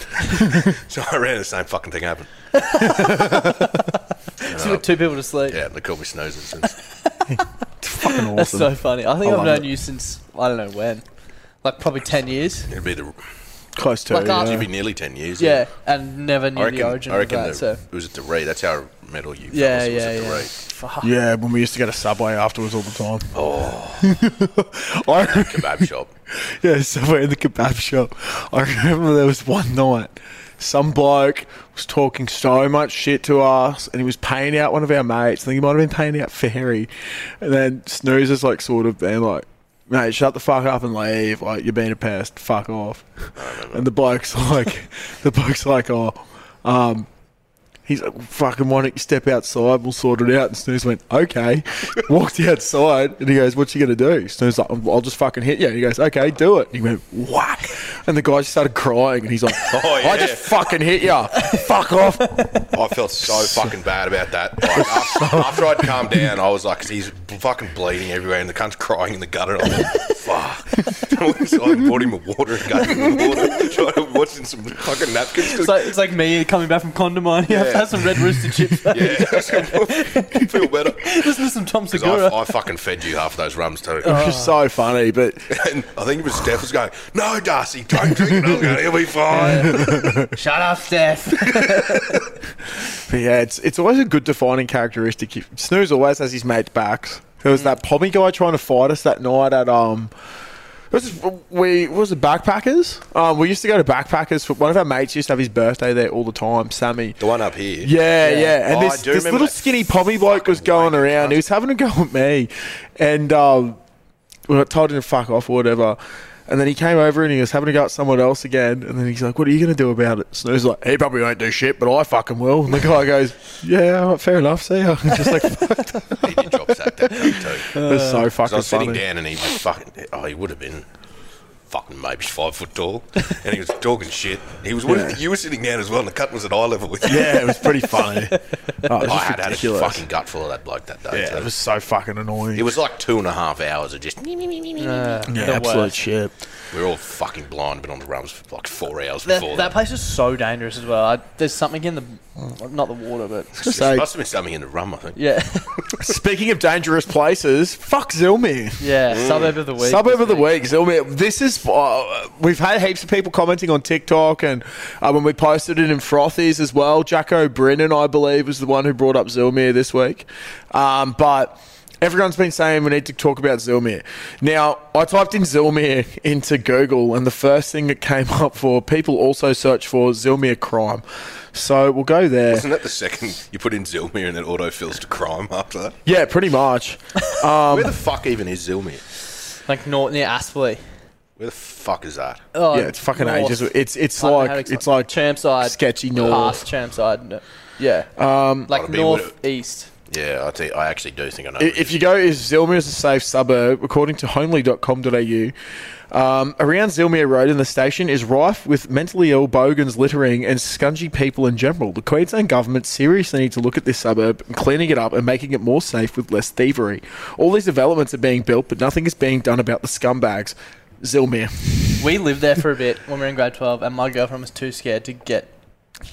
[SPEAKER 7] so I ran and the same fucking thing happened.
[SPEAKER 2] Just put two people to sleep.
[SPEAKER 7] Yeah, they called me Snoozing since.
[SPEAKER 1] Fucking
[SPEAKER 2] That's
[SPEAKER 1] awesome.
[SPEAKER 2] so funny. I think
[SPEAKER 1] I
[SPEAKER 2] I have
[SPEAKER 1] love
[SPEAKER 2] known
[SPEAKER 1] it.
[SPEAKER 2] you since I don't know when, like probably ten years.
[SPEAKER 7] It'd be, the,
[SPEAKER 1] Close to.
[SPEAKER 2] Like,
[SPEAKER 1] yeah.
[SPEAKER 2] after
[SPEAKER 7] it'd be nearly 10 years.
[SPEAKER 2] Yeah, and never knew
[SPEAKER 7] I reckon,
[SPEAKER 2] the origin
[SPEAKER 7] I reckon
[SPEAKER 2] of that.
[SPEAKER 7] the,
[SPEAKER 2] so
[SPEAKER 7] it was at the Ree. That's how I met all you.
[SPEAKER 2] yeah,
[SPEAKER 7] fellas, was
[SPEAKER 2] yeah,
[SPEAKER 7] at the
[SPEAKER 2] yeah.
[SPEAKER 7] Ree.
[SPEAKER 2] Fuck.
[SPEAKER 1] Yeah, when we used to go to Subway afterwards all the time. Oh. I,
[SPEAKER 7] Kebab shop.
[SPEAKER 1] yeah, Subway in the kebab shop. I remember there was one night, some bloke was talking so much shit to us, and he was paying out one of our mates. I think he might have been paying out Ferry. And then Snooze is like, sort of being like, mate, shut the fuck up and leave. Like, you're being a pest. Fuck off. And the bloke's like, the bloke's like, oh, um, He's like, fucking, why don't you step outside? We'll sort it out. And Snooze went, okay. Walked outside and he goes, what you going to do? Snooze like, I'll just fucking hit you. And he goes, okay, do it. And he went, whack. And the guy just started crying and he's like,
[SPEAKER 7] Oh,
[SPEAKER 1] I
[SPEAKER 7] yeah.
[SPEAKER 1] just fucking hit you. Fuck off.
[SPEAKER 7] I felt so fucking bad about that. Like, after, after I'd calmed down, I was like, 'cause he's fucking bleeding everywhere and the cunt's crying in the gutter. And I'm like, fuck. I went inside and bought him a water and got him a water. Tried to watch him some fucking napkins. 'cause-
[SPEAKER 2] It's like, it's like me coming back from Condamine. You have to
[SPEAKER 7] Yeah.
[SPEAKER 2] have some Red Rooster chips. Listen
[SPEAKER 7] yeah, I feel better. 'Cause
[SPEAKER 2] to some Tom Segura.
[SPEAKER 7] I, I fucking fed you half of those rums too.
[SPEAKER 1] Which is so funny, but
[SPEAKER 7] And I think it was Steph was going, no, Darcy, don't drink it. I was going, he'll be fine.
[SPEAKER 2] Shut up, Steph.
[SPEAKER 1] But yeah, it's it's always a good defining characteristic. You- Snooze always has his mate's backs. There was that pommy guy trying to fight us that night at um. it Was this- we what was it backpackers? Um, we used to go to backpackers. For, one of our mates used to have his birthday there all the time. Sammy.
[SPEAKER 7] The one up here.
[SPEAKER 1] Yeah, yeah.
[SPEAKER 7] Oh,
[SPEAKER 1] And
[SPEAKER 7] I
[SPEAKER 1] this,
[SPEAKER 7] do
[SPEAKER 1] this
[SPEAKER 7] remember
[SPEAKER 1] little
[SPEAKER 7] that
[SPEAKER 1] skinny pommy bloke was
[SPEAKER 7] fucking
[SPEAKER 1] going
[SPEAKER 7] wanker
[SPEAKER 1] around. He was having a go at me, and um, well, I told him to fuck off or whatever. And then he came over and he was having a go at someone else again. And then he's like, "What are you going to do about it?" Snooze like, "He probably won't do shit, but I fucking will." And the guy goes, "Yeah, all right, fair enough. See ya." I'm just like, "Fuck,
[SPEAKER 7] He did drop sack that cunt too.
[SPEAKER 1] it was so
[SPEAKER 7] 'Cause I
[SPEAKER 1] fucking
[SPEAKER 7] was sitting
[SPEAKER 1] funny."
[SPEAKER 7] down and he was fucking. Oh, he would have been fucking maybe five foot tall, and he was talking shit. He was. what if You were sitting down as well, and the cut was at eye level with you.
[SPEAKER 1] Yeah, it was pretty funny. oh, it was
[SPEAKER 7] I
[SPEAKER 1] just
[SPEAKER 7] had
[SPEAKER 1] ridiculous.
[SPEAKER 7] had a fucking gutful of that bloke that day.
[SPEAKER 1] yeah,
[SPEAKER 7] so-
[SPEAKER 1] it was so fucking annoying.
[SPEAKER 7] It was like two and a half hours of just.
[SPEAKER 1] yeah, absolute
[SPEAKER 2] worst.
[SPEAKER 1] shit.
[SPEAKER 7] We were all fucking blind, been on the rums for like four hours
[SPEAKER 2] That,
[SPEAKER 7] before
[SPEAKER 2] that place is so dangerous as well. I, there's something in the, not the water, but
[SPEAKER 7] There must have been something in the rum, I think.
[SPEAKER 2] yeah,
[SPEAKER 1] Speaking of dangerous places, fuck Zilmi.
[SPEAKER 2] yeah. Suburb of the week.
[SPEAKER 1] Suburb of the week, Zilmi. This is uh, we've had heaps of people commenting on TikTok, and uh, when we posted it in frothies as well. Jacko Brennan, I believe, was the one who brought up Zilmir this week. Um, but everyone's been saying we need to talk about Zilmir. Now, I typed in Zilmir into Google, and the first thing that came up for people also search for Zilmir crime. So we'll go there.
[SPEAKER 7] Isn't that the second you put in Zilmir and it autofills to crime after that?
[SPEAKER 1] Yeah, pretty much. Um,
[SPEAKER 7] Where the fuck even is Zilmir?
[SPEAKER 2] like North near Aspley.
[SPEAKER 7] Where the fuck is that?
[SPEAKER 2] Oh,
[SPEAKER 1] yeah, it's fucking
[SPEAKER 2] north.
[SPEAKER 1] ages. It's it's
[SPEAKER 2] I don't know how to
[SPEAKER 1] like
[SPEAKER 2] explain-
[SPEAKER 1] it's like
[SPEAKER 2] Chermside,
[SPEAKER 1] sketchy north.
[SPEAKER 2] past Chermside. no- Yeah, um, like
[SPEAKER 7] Gotta be with
[SPEAKER 2] northeast.
[SPEAKER 7] Yeah, I, tell you, I actually do think I know.
[SPEAKER 1] I- If you go, is Zilmir is a safe suburb, according to homely.com.au. Um, around Zilmir Road in the station is rife with mentally ill bogans littering and scungy people in general. The Queensland government seriously need to look at this suburb and cleaning it up and making it more safe with less thievery. All these developments are being built, but nothing is being done about the scumbags. Zilmir.
[SPEAKER 2] We lived there for a bit when we were in grade 12, and my girlfriend was too scared to get,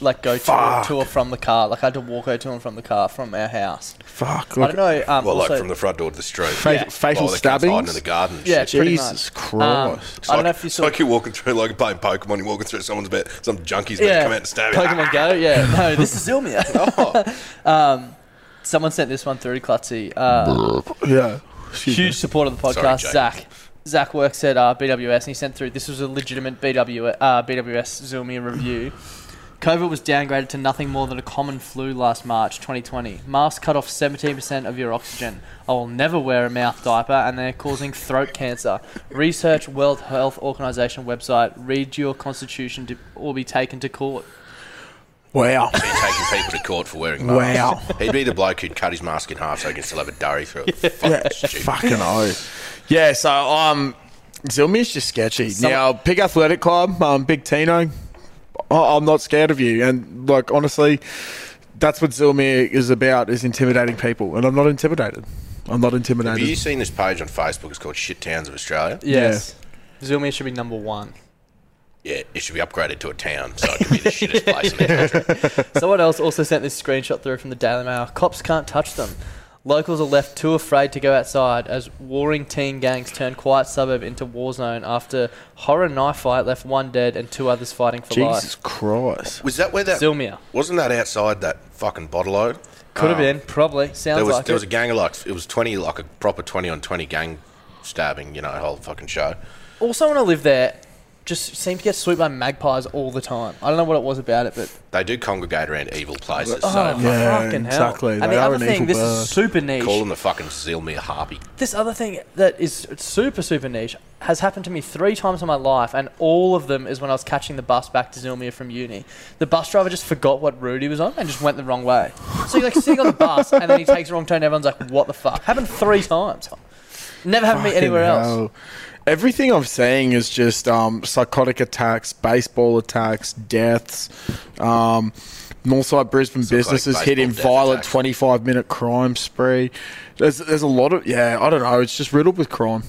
[SPEAKER 2] like, go to, to or from the car. Like, I had to walk her to and from the car from our house.
[SPEAKER 1] Fuck.
[SPEAKER 2] I
[SPEAKER 1] Look,
[SPEAKER 2] don't know. Um,
[SPEAKER 7] well, like
[SPEAKER 2] also-
[SPEAKER 7] from the front door to the street.
[SPEAKER 1] Fatal- fatal
[SPEAKER 7] the cunts Hiding in
[SPEAKER 1] stabbings?
[SPEAKER 7] the garden. and
[SPEAKER 2] Yeah,
[SPEAKER 7] shit.
[SPEAKER 2] pretty
[SPEAKER 1] Jesus
[SPEAKER 2] much. Um,
[SPEAKER 1] Christ.
[SPEAKER 7] It's
[SPEAKER 2] I
[SPEAKER 7] like-
[SPEAKER 2] don't know if you
[SPEAKER 7] it's
[SPEAKER 2] saw
[SPEAKER 7] like you're walking through, like playing Pokemon, you're walking through someone's bed, some junkie's bed
[SPEAKER 2] yeah,
[SPEAKER 7] come out and stab you. Oh.
[SPEAKER 2] Pokemon Go. Yeah, no, this is Zilmia. um, someone sent this one through to Klutzy. Uh,
[SPEAKER 1] yeah.
[SPEAKER 2] huge supporter of the podcast,
[SPEAKER 7] Sorry, Jake.
[SPEAKER 2] Zach. Zach works at uh, BWS, and he sent through. This was a legitimate BW, uh, BWS Zoomian review. COVID was downgraded to nothing more than a common flu last March 2020. Masks cut off 17% of your oxygen. I will never wear a mouth diaper, and they're causing throat cancer. Research World Health Organization website. Read your constitution to, or be taken to court.
[SPEAKER 1] Wow.
[SPEAKER 7] Be taking people to court for wearing masks.
[SPEAKER 1] Wow.
[SPEAKER 7] He'd be the bloke who'd cut his mask in half so he can still have a durry through it. Fucking stupid.
[SPEAKER 1] Fucking oh. Yeah, so um Zilmir's just sketchy. now, Big Athletic Club, um, Big Tino, I- I'm not scared of you. And like honestly, that's what Zilmir is about is intimidating people. And I'm not intimidated. I'm not
[SPEAKER 7] Have you
[SPEAKER 1] intimidated.
[SPEAKER 7] seen this page on Facebook? It's called Shit Towns of Australia.
[SPEAKER 2] Yes. Zoomian should be number one.
[SPEAKER 7] Yeah, it should be upgraded to a town so it can be the shittest place in the country.
[SPEAKER 2] Someone else also sent this screenshot through from the Daily Mail. Cops can't touch them. Locals are left too afraid to go outside as warring teen gangs turn quiet suburb into war zone after horror knife fight left one dead and two others fighting for
[SPEAKER 1] Jesus Christ.
[SPEAKER 7] Was that where that.
[SPEAKER 2] life. Zilmia.
[SPEAKER 7] Wasn't that outside that fucking bottle
[SPEAKER 2] Could have been, probably. Sounds
[SPEAKER 7] There was
[SPEAKER 2] like
[SPEAKER 7] there
[SPEAKER 2] it.
[SPEAKER 7] was a gang of like it was twenty like a proper twenty on twenty gang stabbing, you know, whole fucking show.
[SPEAKER 2] also, when I lived there, just seemed to get swooped by magpies all the time. I don't know what it was about it, but
[SPEAKER 7] They do congregate around evil places,
[SPEAKER 2] oh,
[SPEAKER 7] so
[SPEAKER 1] yeah,
[SPEAKER 2] fucking hell.
[SPEAKER 1] exactly.
[SPEAKER 2] And
[SPEAKER 1] They
[SPEAKER 2] the
[SPEAKER 1] are
[SPEAKER 2] other
[SPEAKER 1] an
[SPEAKER 2] thing,
[SPEAKER 1] evil
[SPEAKER 2] this
[SPEAKER 1] bird.
[SPEAKER 2] is super niche.
[SPEAKER 7] call them the fucking Zilmir harpy.
[SPEAKER 2] This other thing that is super, super niche has happened to me three times in my life, and all of them is when I was catching the bus back to Zilmia from uni. The bus driver just forgot what route he was on and just went the wrong way. So you're like sitting on the bus, and then he takes the wrong turn, and everyone's like, what the fuck? Happened three times. Never happened to me anywhere
[SPEAKER 1] Fucking
[SPEAKER 2] else.
[SPEAKER 1] hell. Everything I'm seeing is just um, psychotic attacks, baseball attacks, deaths. Um, Northside Brisbane businesses hit in
[SPEAKER 7] baseball death
[SPEAKER 1] violent
[SPEAKER 7] attacks.
[SPEAKER 1] 25 minute crime spree. There's, there's a lot of, yeah, I don't know. It's just riddled with crime.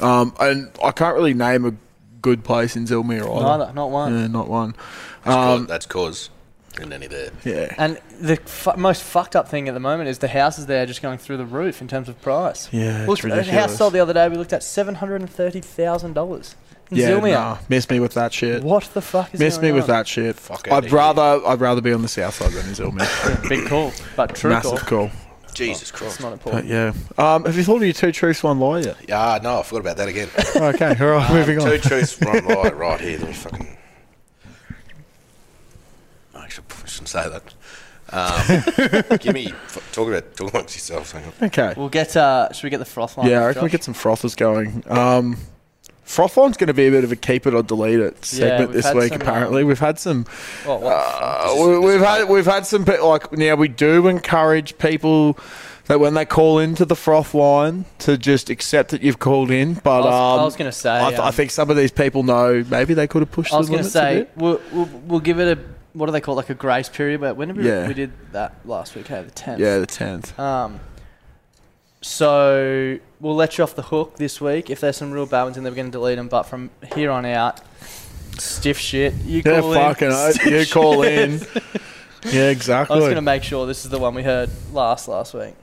[SPEAKER 1] Um, and I can't really name a good place in Zilmir either.
[SPEAKER 2] Neither, not one.
[SPEAKER 1] Yeah, not one.
[SPEAKER 7] Um, that's cause. And any there.
[SPEAKER 1] Yeah.
[SPEAKER 2] And the fu- most fucked up thing at the moment is the houses there are just going through the roof in terms of price.
[SPEAKER 1] Yeah, it's
[SPEAKER 2] Looked- a house
[SPEAKER 1] ridiculous.
[SPEAKER 2] sold the other day. We looked at seven hundred and thirty thousand dollars.
[SPEAKER 1] Yeah,
[SPEAKER 2] Zilmia.
[SPEAKER 1] nah, miss me with that shit.
[SPEAKER 2] What the fuck is
[SPEAKER 1] Miss me
[SPEAKER 2] going
[SPEAKER 1] with
[SPEAKER 2] on?
[SPEAKER 1] that shit.
[SPEAKER 7] Fuck outta
[SPEAKER 1] I'd
[SPEAKER 7] here.
[SPEAKER 1] rather I'd rather be on the south side than in Zilmir.
[SPEAKER 2] Big call, but true call.
[SPEAKER 1] Massive call.
[SPEAKER 7] Jesus Christ.
[SPEAKER 2] It's not
[SPEAKER 1] But
[SPEAKER 2] important.
[SPEAKER 1] yeah. Um, have you thought of your two truths, one lie yet? Um,
[SPEAKER 7] Yeah, no, I forgot about that again.
[SPEAKER 1] Okay, all right, moving
[SPEAKER 7] Two
[SPEAKER 1] on.
[SPEAKER 7] truths, one lie, right here. Let me fucking. I should I shouldn't say that. Um, give me f- talk about talk amongst yourselves. Hang on.
[SPEAKER 1] Okay.
[SPEAKER 2] We'll get. Uh, should we get the froth line?
[SPEAKER 1] Yeah, I
[SPEAKER 2] up,
[SPEAKER 1] reckon we
[SPEAKER 2] Josh?
[SPEAKER 1] get some frothers going. Um, froth line's going to be a bit of a keep it or delete it segment
[SPEAKER 2] we've
[SPEAKER 1] this
[SPEAKER 2] had
[SPEAKER 1] week.
[SPEAKER 2] some, uh,
[SPEAKER 1] apparently, we've had some.
[SPEAKER 2] Oh, what?
[SPEAKER 1] Uh, we, we've had we've had some pe- like now we do encourage people that when they call into the froth line to just accept that you've called in. But
[SPEAKER 2] I was-
[SPEAKER 1] um,
[SPEAKER 2] I was gonna say,
[SPEAKER 1] I, th- I
[SPEAKER 2] um,
[SPEAKER 1] think some of these people know maybe they could have pushed.
[SPEAKER 2] I was
[SPEAKER 1] going
[SPEAKER 2] gonna
[SPEAKER 1] to
[SPEAKER 2] say we'll, we'll we'll give it a what do they call it, like a grace period? But when did we
[SPEAKER 1] Yeah.
[SPEAKER 2] we did that last week? Hey, the tenth.
[SPEAKER 1] yeah, the tenth.
[SPEAKER 2] Um. So we'll let you off the hook this week. If there's some real bad ones in there, we're going to delete them. But from here on out, stiff shit. You
[SPEAKER 1] Yeah,
[SPEAKER 2] call
[SPEAKER 1] fucking
[SPEAKER 2] in.
[SPEAKER 1] oath. You call in. Yeah, exactly.
[SPEAKER 2] I was going to make sure this is the one we heard last last week.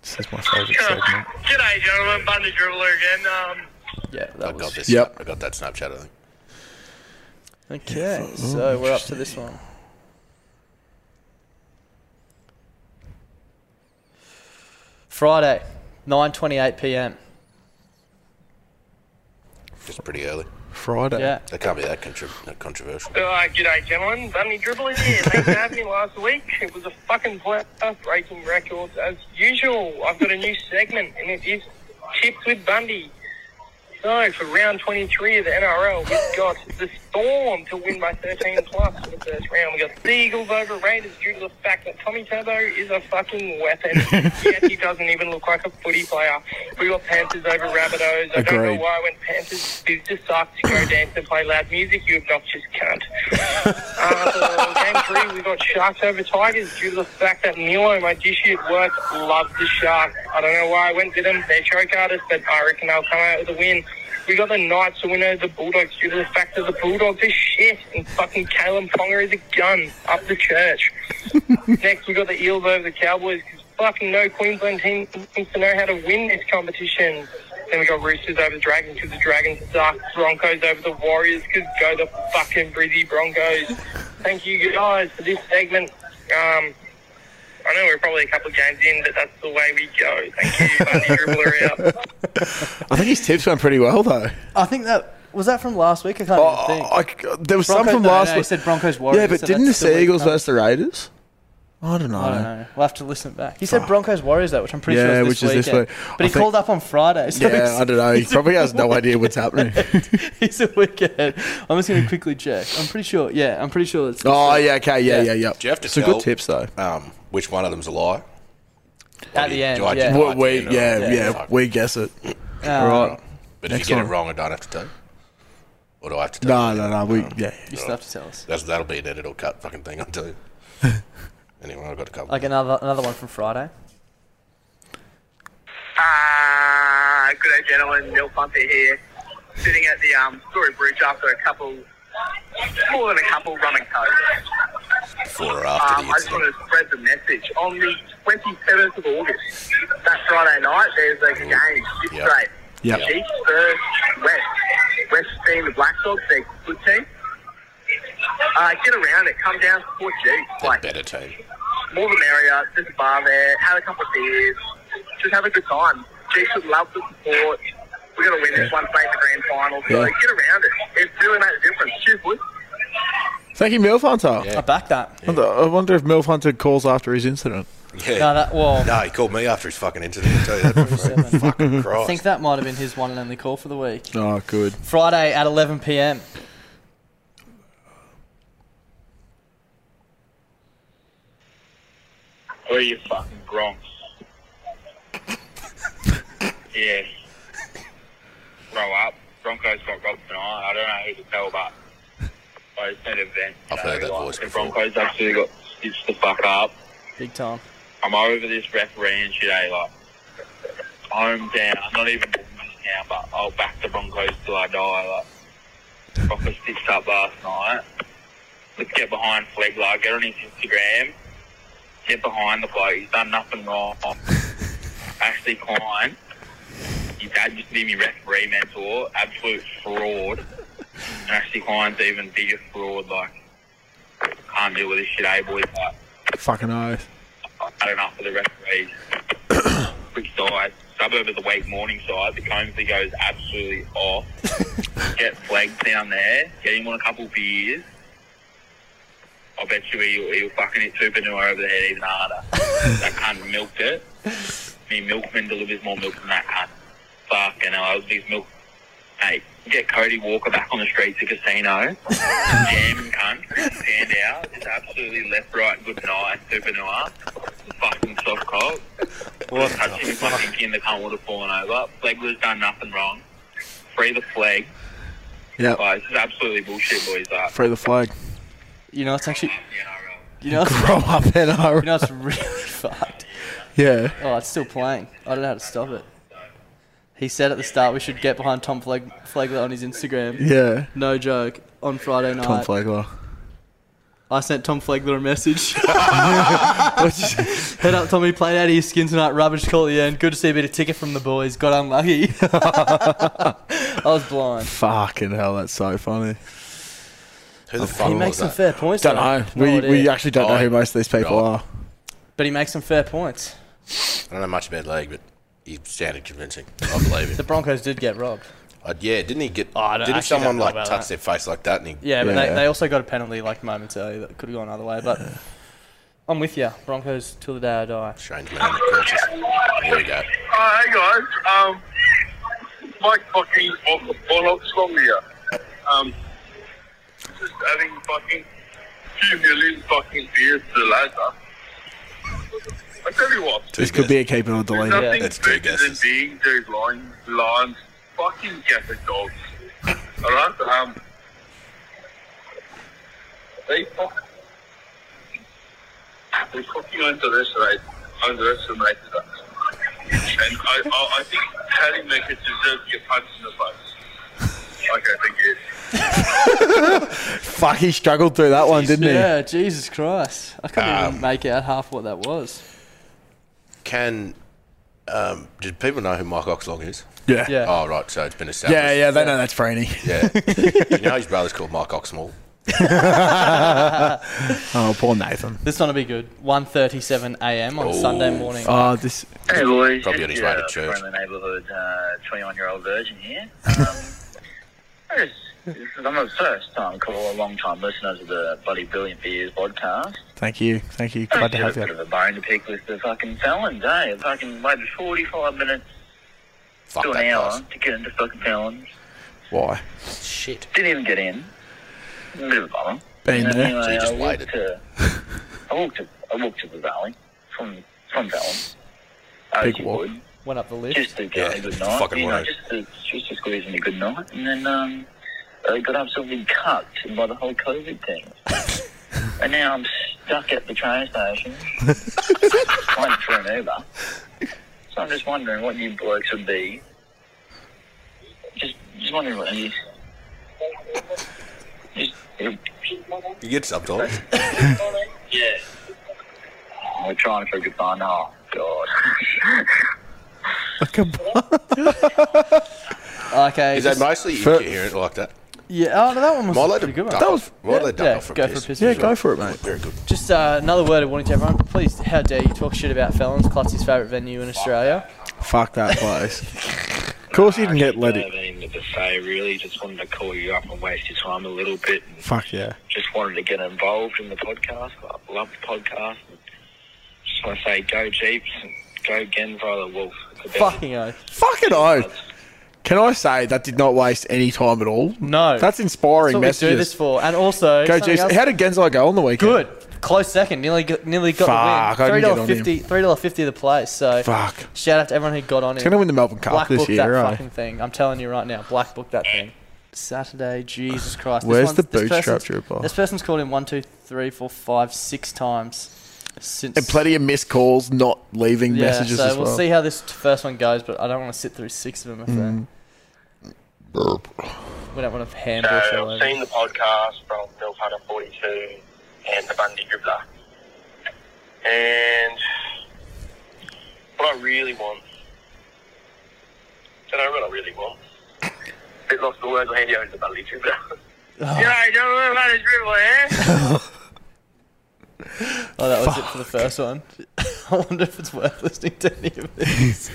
[SPEAKER 9] This is my favourite segment.
[SPEAKER 8] G'day, gentlemen. Bun the dribbler again. Um,
[SPEAKER 2] Yeah, that
[SPEAKER 7] I
[SPEAKER 2] was.
[SPEAKER 7] got this.
[SPEAKER 1] Yep.
[SPEAKER 7] I got that Snapchat. I think.
[SPEAKER 2] Okay,
[SPEAKER 7] Yeah, fuck.
[SPEAKER 2] so we're up to this one. Friday, 9:28 p.m.
[SPEAKER 7] It's pretty early.
[SPEAKER 1] Friday.
[SPEAKER 2] Yeah.
[SPEAKER 7] That can't be that, contri- that controversial.
[SPEAKER 8] uh, g'day, gentlemen. Bun the dribbler here. Thanks for having me last week. It was a fucking pleasure breaking records as usual. I've got a new segment, and it is tips with Bundy. So for round 23 of the NRL, we've got the Storm to win by 13 plus for the first round. We've got the Eagles over Raiders due to the fact that Tommy Turbo is a fucking weapon. yes, he doesn't even look like a footy player. We've got Panthers over Rabbitohs. I don't know
[SPEAKER 10] Agreed.
[SPEAKER 8] why when Panthers is just sucks, go dance and play loud music, you obnoxious cunt. Uh, so game three, we've got Sharks over Tigers due to the fact that Milo, my dishie at work, loves the Sharks. I don't know why I went with them. They're choke artists, but I reckon they'll come out with a win. We got the Knights to win over the Bulldogs due to the fact that the Bulldogs are shit and fucking Kalen Ponga is a gun up the church. Next, we got the Eels over the Cowboys because fucking no Queensland team seems to know how to win this competition. Then we got Roosters over the Dragons because the Dragons suck. Broncos over the Warriors because go the fucking Brizzy Broncos. Thank you guys for this segment. Um, I know we're probably a couple of games in, but that's the way we go. Thank you, Bundy Dribbler out.
[SPEAKER 1] I think his tips went pretty well though. Oh,
[SPEAKER 2] I think that was that from last week. I can't
[SPEAKER 7] Oh,
[SPEAKER 2] even think.
[SPEAKER 1] I, there was some
[SPEAKER 2] Broncos-
[SPEAKER 1] from
[SPEAKER 2] no,
[SPEAKER 1] last
[SPEAKER 2] no,
[SPEAKER 1] week.
[SPEAKER 2] he said Broncos Warriors.
[SPEAKER 1] Yeah, but
[SPEAKER 2] so
[SPEAKER 1] didn't it
[SPEAKER 2] that's still
[SPEAKER 1] say
[SPEAKER 2] week
[SPEAKER 1] Eagles
[SPEAKER 2] nine.
[SPEAKER 1] versus the Raiders? I don't know.
[SPEAKER 2] I don't know. We'll have to listen back. He said Broncos Warriors though, which I'm pretty
[SPEAKER 1] Yeah,
[SPEAKER 2] sure is
[SPEAKER 1] which
[SPEAKER 2] this
[SPEAKER 1] is this
[SPEAKER 2] weekend.
[SPEAKER 1] week.
[SPEAKER 2] But
[SPEAKER 1] I
[SPEAKER 2] he
[SPEAKER 1] think-
[SPEAKER 2] called up on Friday. So
[SPEAKER 1] Yeah, I don't know. He probably has no idea what's happening.
[SPEAKER 2] He's a weekend. I'm just going to quickly check. I'm pretty sure. Yeah, I'm pretty sure it's.
[SPEAKER 1] Oh yeah, okay, yeah, yeah, yeah.
[SPEAKER 7] Do you have to
[SPEAKER 1] Some
[SPEAKER 7] tell,
[SPEAKER 1] good tips though.
[SPEAKER 7] Um, which one of them's a lie?
[SPEAKER 2] At the end,
[SPEAKER 7] do I-
[SPEAKER 2] yeah. Uh,
[SPEAKER 7] do I-
[SPEAKER 1] What we,
[SPEAKER 7] Yeah,
[SPEAKER 1] yeah,
[SPEAKER 7] yeah,
[SPEAKER 1] yeah,
[SPEAKER 7] fuck.
[SPEAKER 1] we guess it.
[SPEAKER 7] All
[SPEAKER 1] right.
[SPEAKER 7] But
[SPEAKER 1] Next
[SPEAKER 7] if you get
[SPEAKER 1] one.
[SPEAKER 7] it wrong, I don't have to tell you. Or do I have to tell
[SPEAKER 1] No, no, no. We, yeah.
[SPEAKER 7] you?
[SPEAKER 2] still have to tell us.
[SPEAKER 7] That's, that'll be an edit or cut fucking thing, I'll tell you. anyway, I've got a couple.
[SPEAKER 2] Like another another one from Friday.
[SPEAKER 8] Ah, good day, gentlemen. Neil Punter here, sitting at the um, Story Bridge after a couple, more than a couple rum and coke.
[SPEAKER 7] Before or after
[SPEAKER 8] Um, I
[SPEAKER 7] the
[SPEAKER 8] just
[SPEAKER 7] incident.
[SPEAKER 8] want to spread the message. On the 27th of August, that Friday night, there's a game. It's
[SPEAKER 7] Mm. Yep.
[SPEAKER 8] great.
[SPEAKER 7] Yep.
[SPEAKER 8] East versus West. West being the Black Dogs, they're a good team. Uh, get around it. Come down to Port G.
[SPEAKER 7] They're better team.
[SPEAKER 8] More the merrier. There's a bar there. Have a couple of beers. Just have a good time. Chiefs would love the support. We're going to win this one, play in the grand final. So
[SPEAKER 1] Yeah.
[SPEAKER 8] get around it. It really makes a difference. Cheers, boys.
[SPEAKER 1] Thank you, Milf Hunter.
[SPEAKER 2] I back that.
[SPEAKER 1] I wonder- I wonder if Milf Hunter calls after his incident.
[SPEAKER 7] Yeah.
[SPEAKER 2] No, that well.
[SPEAKER 7] No, he called me after his fucking incident. I'll tell you that. for free. fucking
[SPEAKER 2] I
[SPEAKER 7] Christ.
[SPEAKER 2] think that might have been his one and only call for the week.
[SPEAKER 1] Oh, good.
[SPEAKER 2] Friday at 11 p.m.
[SPEAKER 8] Where Oh, you fucking Gronks? yeah. Grow up. Broncos got robbed tonight. I don't know who to tell, but I just need a vent.
[SPEAKER 7] I've heard that voice
[SPEAKER 8] The
[SPEAKER 7] before.
[SPEAKER 8] Broncos actually got stitched the fuck up.
[SPEAKER 2] Big time.
[SPEAKER 8] I'm over this referee and shit, eh? Like, home down. I'm not even Bournemouth now, but I'll back the Broncos till I die. Like, Broncos stitched up last night. Let's get behind Flegler. Get on his Instagram. Get behind the bloke. He's done nothing wrong. Ashley Klein. His dad used to be my referee mentor. Absolute fraud. And Ashley Klein's even bigger fraud. Like, can't deal with this shit, eh, boys? Like,
[SPEAKER 1] Fucking oath.
[SPEAKER 8] I don't know for the referees. Quick side, suburb of the week, morning side. The Comesley goes absolutely off. get flagged down there. Get him on a couple beers. I bet you he'll, he'll fucking hit Tupanua over the head even harder. that cunt milked it. Me milkman delivers more milk than that cunt. Fucking hell, I was his milk. Hey, get Cody Walker back on the streets of casino. Jam and cunt. Stand out. It's absolutely left, right, good night, Tupanua fucking soft cock. What touching him fucking in the cunt would have fallen over. Flegler's done nothing wrong. Free the flag.
[SPEAKER 1] Yeah.
[SPEAKER 8] Like, this is absolutely bullshit, boys. Like,
[SPEAKER 1] Free the flag.
[SPEAKER 2] You know, it's actually. You know, it's,
[SPEAKER 1] Grow up, NRL.
[SPEAKER 2] you know, it's really fucked.
[SPEAKER 1] Yeah.
[SPEAKER 2] Oh, it's still playing. I don't know how to stop it. He said at the start we should get behind Tom Flag- Flagler on his Instagram.
[SPEAKER 1] Yeah.
[SPEAKER 2] No joke. On Friday night.
[SPEAKER 1] Tom Flagler.
[SPEAKER 2] I sent Tom Flagler a message. Head up, Tommy. Played out of your skin tonight. Rubbish call at the end. Good to see a bit of ticket from the boys. Got unlucky. I was blind.
[SPEAKER 1] Fucking hell, that's so funny.
[SPEAKER 7] Who
[SPEAKER 2] the fuck He was makes some that? fair points,
[SPEAKER 1] Oh, Don't
[SPEAKER 2] though.
[SPEAKER 1] know.
[SPEAKER 2] No
[SPEAKER 1] we, we
[SPEAKER 2] idea.
[SPEAKER 1] actually don't know who most of these people are.
[SPEAKER 2] But he makes some fair points.
[SPEAKER 7] I don't know much about league, but he sounded convincing. I believe him.
[SPEAKER 2] The Broncos did get robbed.
[SPEAKER 7] Uh, yeah, didn't he get?
[SPEAKER 2] Oh, don't-
[SPEAKER 7] didn't
[SPEAKER 2] actually
[SPEAKER 7] someone
[SPEAKER 2] don't know
[SPEAKER 7] like
[SPEAKER 2] about
[SPEAKER 7] touch
[SPEAKER 2] that.
[SPEAKER 7] their face like that? And he,
[SPEAKER 2] Yeah, but They, they also got a penalty like moments early that could have gone either way. But I'm with you. Broncos till the day I die.
[SPEAKER 7] Strange man. Here we go.
[SPEAKER 4] Uh, hey guys, um, Mike fucking Bol- Bollocks from here. Um, just adding fucking two million fucking beers to the ladder. I tell you what,
[SPEAKER 1] This could be a keeper or
[SPEAKER 4] there's
[SPEAKER 1] delete.
[SPEAKER 4] nothing better than being those lions, lions, fucking gaffer dogs. Alright, um, they fuck. They fucking underestimate, underestimated us. And I, I, I think Paddy Maker deserves your punch in the face. Okay, thank you.
[SPEAKER 1] Fuck, he struggled through that one, didn't he?
[SPEAKER 2] Yeah, Jesus Christ. I couldn't
[SPEAKER 1] Um.
[SPEAKER 2] even make out half what that was.
[SPEAKER 7] Can um, did people know who Mike Oxlong is?
[SPEAKER 1] Yeah.
[SPEAKER 2] Yeah.
[SPEAKER 7] Oh right, so it's been established.
[SPEAKER 1] Yeah, yeah, they know that's Franny.
[SPEAKER 7] Yeah. you know his brother's called Mike Oxmall.
[SPEAKER 1] oh, poor Nathan.
[SPEAKER 2] This one will be good. 1.37 a.m. on
[SPEAKER 7] Oh.
[SPEAKER 2] Sunday morning.
[SPEAKER 1] Oh, this.
[SPEAKER 11] Hey
[SPEAKER 2] Probably
[SPEAKER 11] boys, just
[SPEAKER 2] on his
[SPEAKER 11] your,
[SPEAKER 2] way to
[SPEAKER 11] uh,
[SPEAKER 2] church.
[SPEAKER 11] From the neighbourhood, uh, twenty-one-year-old virgin here. Um, I just, this is I'm a first-time caller, long-time listener to the Bloody Brilliant Beers podcast.
[SPEAKER 1] Thank you. Thank you.
[SPEAKER 11] I
[SPEAKER 1] Glad
[SPEAKER 11] just
[SPEAKER 1] to
[SPEAKER 11] got
[SPEAKER 1] have
[SPEAKER 11] a bit
[SPEAKER 1] you.
[SPEAKER 11] of a bone to pick with the fucking Felons, eh? Fucking waited forty-five minutes
[SPEAKER 1] Fuck
[SPEAKER 11] to an
[SPEAKER 1] that
[SPEAKER 11] hour
[SPEAKER 1] place.
[SPEAKER 11] to get into fucking Felons.
[SPEAKER 1] Why?
[SPEAKER 11] Shit. Didn't even get in. Bit of a bummer.
[SPEAKER 1] Been
[SPEAKER 11] And
[SPEAKER 1] there.
[SPEAKER 11] Anyway,
[SPEAKER 1] So you just
[SPEAKER 11] I walked to, I walked to, I walked to the valley from from Valens. As
[SPEAKER 2] Big
[SPEAKER 11] you
[SPEAKER 2] walk.
[SPEAKER 11] would.
[SPEAKER 2] Went up the lift.
[SPEAKER 11] Just to get a good night.
[SPEAKER 2] fucking
[SPEAKER 11] you know,
[SPEAKER 2] road.
[SPEAKER 11] just to, just to squeeze in a good night. And then um, I got absolutely cucked by the whole COVID thing. and now I'm stuck at the train station trying for an Uber. So I'm just wondering what you blokes would be. Just, just wondering what you.
[SPEAKER 7] You get sometimes.
[SPEAKER 11] Yeah. We're trying for a good bun. Oh, God.
[SPEAKER 2] Okay.
[SPEAKER 7] Is that
[SPEAKER 2] just-
[SPEAKER 7] mostly you can hear it like that?
[SPEAKER 2] Yeah, oh, no, that one was
[SPEAKER 7] Milo
[SPEAKER 2] a pretty
[SPEAKER 7] did
[SPEAKER 2] good one.
[SPEAKER 7] duck That was- off. Milo
[SPEAKER 2] yeah,
[SPEAKER 7] did duck
[SPEAKER 2] yeah,
[SPEAKER 7] off for a
[SPEAKER 2] go
[SPEAKER 7] piss.
[SPEAKER 2] for a piss.
[SPEAKER 7] Yeah, go for
[SPEAKER 1] it, mate.
[SPEAKER 7] Very good.
[SPEAKER 2] Just uh, another word of warning to everyone. Please, how dare you talk shit about Felons? Clutzy's favourite venue in Australia.
[SPEAKER 1] Fuck that place. of course you didn't get let
[SPEAKER 11] I
[SPEAKER 1] it.
[SPEAKER 11] have anything to say, really. Just wanted to call you up and waste your time a little bit. And
[SPEAKER 1] Fuck yeah.
[SPEAKER 11] just wanted to get involved in the podcast. I love the podcast. And just want to say go Jeeps and go Genvile the Wolf. It's the best.
[SPEAKER 2] Fucking oath.
[SPEAKER 1] Fucking oath. Can I say that did not waste any time at all?
[SPEAKER 2] No.
[SPEAKER 1] That's
[SPEAKER 2] That's
[SPEAKER 1] inspiring
[SPEAKER 2] what
[SPEAKER 1] messages.
[SPEAKER 2] we do this for. And also,
[SPEAKER 1] Go
[SPEAKER 2] something
[SPEAKER 1] Jeeps.
[SPEAKER 2] else-
[SPEAKER 1] How did Genzo go on the weekend?
[SPEAKER 2] Good. Close second. Nearly got, nearly got
[SPEAKER 1] Fuck,
[SPEAKER 2] the
[SPEAKER 1] I
[SPEAKER 2] win. Three
[SPEAKER 1] didn't get
[SPEAKER 2] dollar
[SPEAKER 1] on him.
[SPEAKER 2] fifty. Three dollar fifty the place. So
[SPEAKER 1] Fuck.
[SPEAKER 2] Shout out to everyone who got on it.
[SPEAKER 1] He's gonna win the Melbourne Cup
[SPEAKER 2] Black
[SPEAKER 1] this
[SPEAKER 2] booked
[SPEAKER 1] year,
[SPEAKER 2] That
[SPEAKER 1] eh?
[SPEAKER 2] fucking thing. I'm telling you right now. Black booked that thing. Saturday. Jesus Christ.
[SPEAKER 1] Where's
[SPEAKER 2] one's-
[SPEAKER 1] the bootstrap
[SPEAKER 2] person's-
[SPEAKER 1] trooper?
[SPEAKER 2] This person's called in one, two, three, four, five, six times since.
[SPEAKER 1] And plenty of missed calls, not leaving
[SPEAKER 2] yeah,
[SPEAKER 1] messages
[SPEAKER 2] so
[SPEAKER 1] as well.
[SPEAKER 2] we'll see how this t- first one goes, but I don't want to sit through six of them if
[SPEAKER 1] Mm.
[SPEAKER 2] they, we don't want to
[SPEAKER 4] So
[SPEAKER 2] handle all
[SPEAKER 4] I've
[SPEAKER 2] over.
[SPEAKER 4] seen the podcast from Milf Hunter 42 and the Bundy Dribbler. And what I really want, I don't know what I really want. Bit lost the words, I'll hand you over to the Bundy Dribbler. Yeah, you know what Bundy Dribbler, eh?
[SPEAKER 2] Oh, that was it for the first one. I wonder if it's worth listening to any of this.